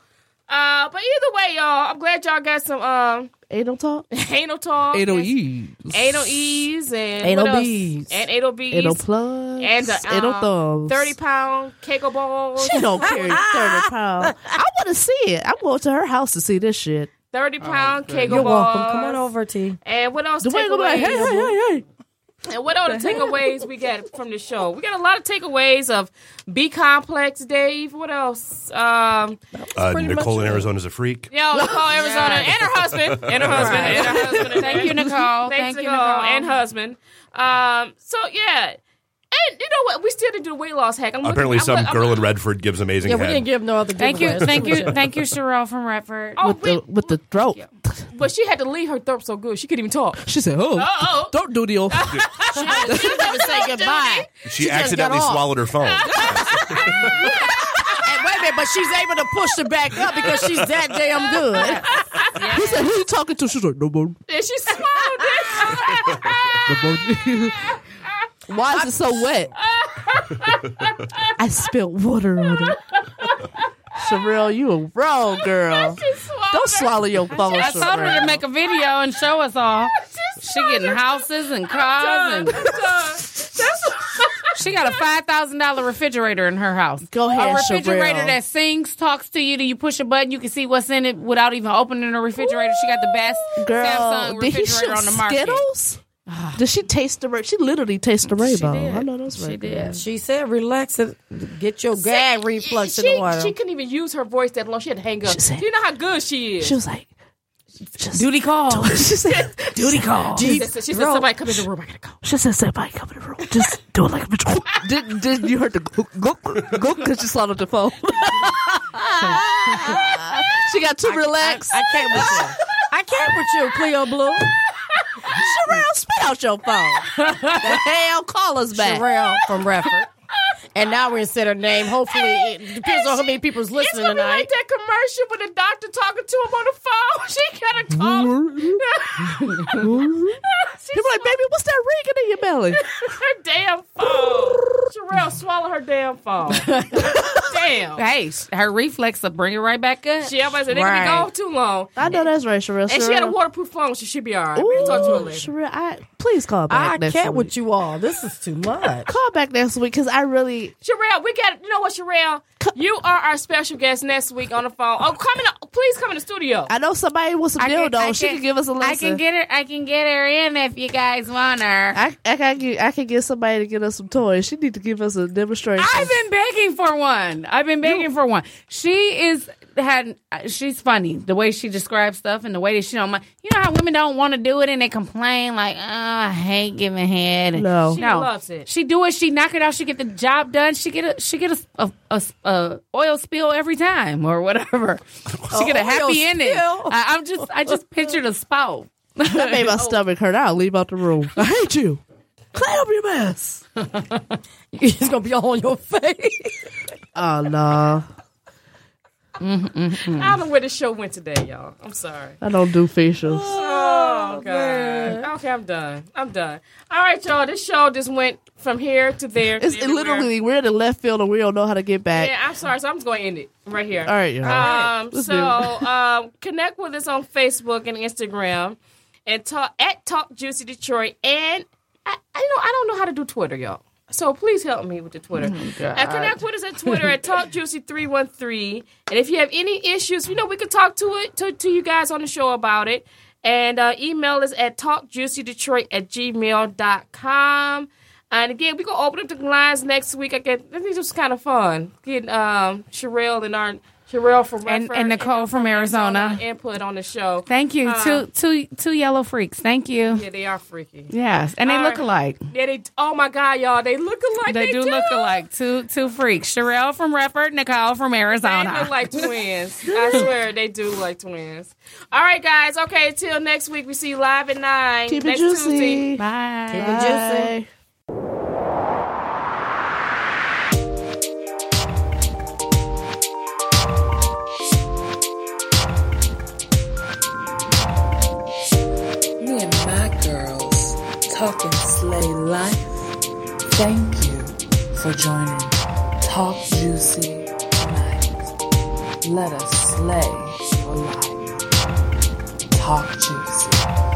Uh, but either way, y'all, I'm glad y'all got some um Anal talk. anal talk, Anal and- ease. anal ease, and Anal what else? bees. and anal bees, Anal plugs. and the, um, anal thumbs. thirty pound kegel balls, She don't carry thirty pounds. I want to see it. I'm going to her house to see this shit. Oh, thirty pound kegel You're balls. welcome. Come on over, T. And what else? The way gonna be like, hey, takeaways? hey, hey, hey. And what are the takeaways we got from the show? We got a lot of takeaways of B Complex, Dave. What else? Um, Uh, Nicole in Arizona is a freak. yo, Nicole Arizona and her husband, and her husband, and her husband. Thank you, Nicole. Thanks, Thank you, Nicole, Nicole. and husband. Um, so yeah, and you know what? We still didn't do the weight loss hack. I'm looking- Apparently, I'm some look- I'm- girl in Redford gives amazing Yeah, we head. didn't give no other. Thank you, giveaways. thank you, thank you, Sherelle from Redford. Oh, With the wait, with the throat. but she had to leave her throat so good she couldn't even talk. She said, "Oh, Uh-oh. don't do the old." She didn't even say goodbye. she, just got accidentally off. swallowed her phone. And wait a minute, but she's able to push it back up because she's that damn good. He said, "Who you talking to?" She's like, "No more, And she swallowed it. no more." Why is it so wet? I spilled water on it. Sherelle, you a wrong girl. Don't swallow your phone, I told her to Sherelle. make a video and show us all. She getting houses and cars, and she got a five thousand dollar refrigerator in her house. Go ahead, a refrigerator Sherelle. that sings, talks to you. Then you push a button, you can see what's in it without even opening the refrigerator. She got the best Samsung Girl, did he refrigerator shoot on the market. Skittles? Did she taste the? ra- She literally tasted the rainbow. I know those She right. did. She said, "Relax and get your gag reflux she, in the water." She couldn't even use her voice that long. She had to hang up. She said- Do you know how good she is? She was like, just Duty call. She said, "Duty call." She said, she said somebody come in the room. I gotta go. She said, "Somebody come in the room. Just do it like a bitch." did did you heard the go go because she swallowed the phone? she got too relaxed. I can't with you. I can't with you, Cleo Blue. Sherelle, spit out your phone. the hell, call us back. Sherelle from Radford. And now we're gonna said her name. Hopefully, it depends on how many people's It's listening gonna be tonight. like that commercial with the doctor talking to him on the phone. She gotta call. him. She People like, baby, what's that ringing in your belly? swallowed her damn phone. Sherelle swallowed her damn phone. damn. Hey, sh- her reflex will bring it right back up. She almost said they Right. gonna be gone too long. I know that's right, Sherelle. And she had a waterproof phone. She should be all right. We'll talk to her later. Sherelle, I, please call back. I next can't week. with you all. This is too much. Call back next week because I really Sherelle, we got you know what, Sherelle? You are our special guest next week on the phone. Oh, come in, please come in the studio. I know somebody wants a I can- dildo. I she can give us a lesson. I can get her. I can get her in if you guys want her. I, I can get I can get somebody to get us some toys. She need to give us a demonstration. I've been begging for one. I've been begging for one. She is had. She's funny the way she describes stuff and the way that she don't mind. You know how women don't want to do it and they complain like, oh, "I hate giving head." And No. She no. loves it. She do it. She knock it out. She get the job done. She get a she get a, a, a- a oil spill every time or whatever. She get a oil happy ending. spill? I, I'm just I just pictured a spout. that made my stomach hurt. I'll leave out the room. I hate you. Clean up your mess. It's gonna be all on your face. Oh no, Mm. I don't know where the show went today, y'all. I'm sorry. I don't do facials. Oh, God. Okay, I'm done. I'm done. All right, y'all. This show just went from here to there. to It's it everywhere. literally we're in the left field and we don't know how to get back. Yeah, I'm sorry. So I'm just going to end it right here. All right, y'all. Um, Let's so do it. um, connect with us on Facebook and Instagram, and talk at Talk Juicy Detroit. And I, I know I don't know how to do Twitter, y'all. So please help me with the Oh Twitter. Uh, connect with us at Twitter at Talk Juicy three one three. And if you have any issues, you know we can talk to it to, to you guys on the show about it. And uh, email us at talkjuicydetroit at gmail.com. And again, we're gonna open up the lines next week. I guess this is just kind of fun. Getting um Sherelle and our Sherelle from And- Redford and Nicole from Arizona. input on the show. Thank you. two two two yellow freaks. Thank you. yeah, they are freaky. Yes, and they All look right. alike. Yeah, they oh my god, y'all, they look alike. They, do, look alike. Two two freaks. Sherelle from Redford, Nicole from They Arizona. look like twins. I swear they do look like twins. All right, guys. Okay, till next week. We see you live at nine. Keep it next Tuesday. juicy. Bye. Bye. Hear the lightest, Thank you for joining Talk Juicy tonight. Let us slay your life. Talk Juicy.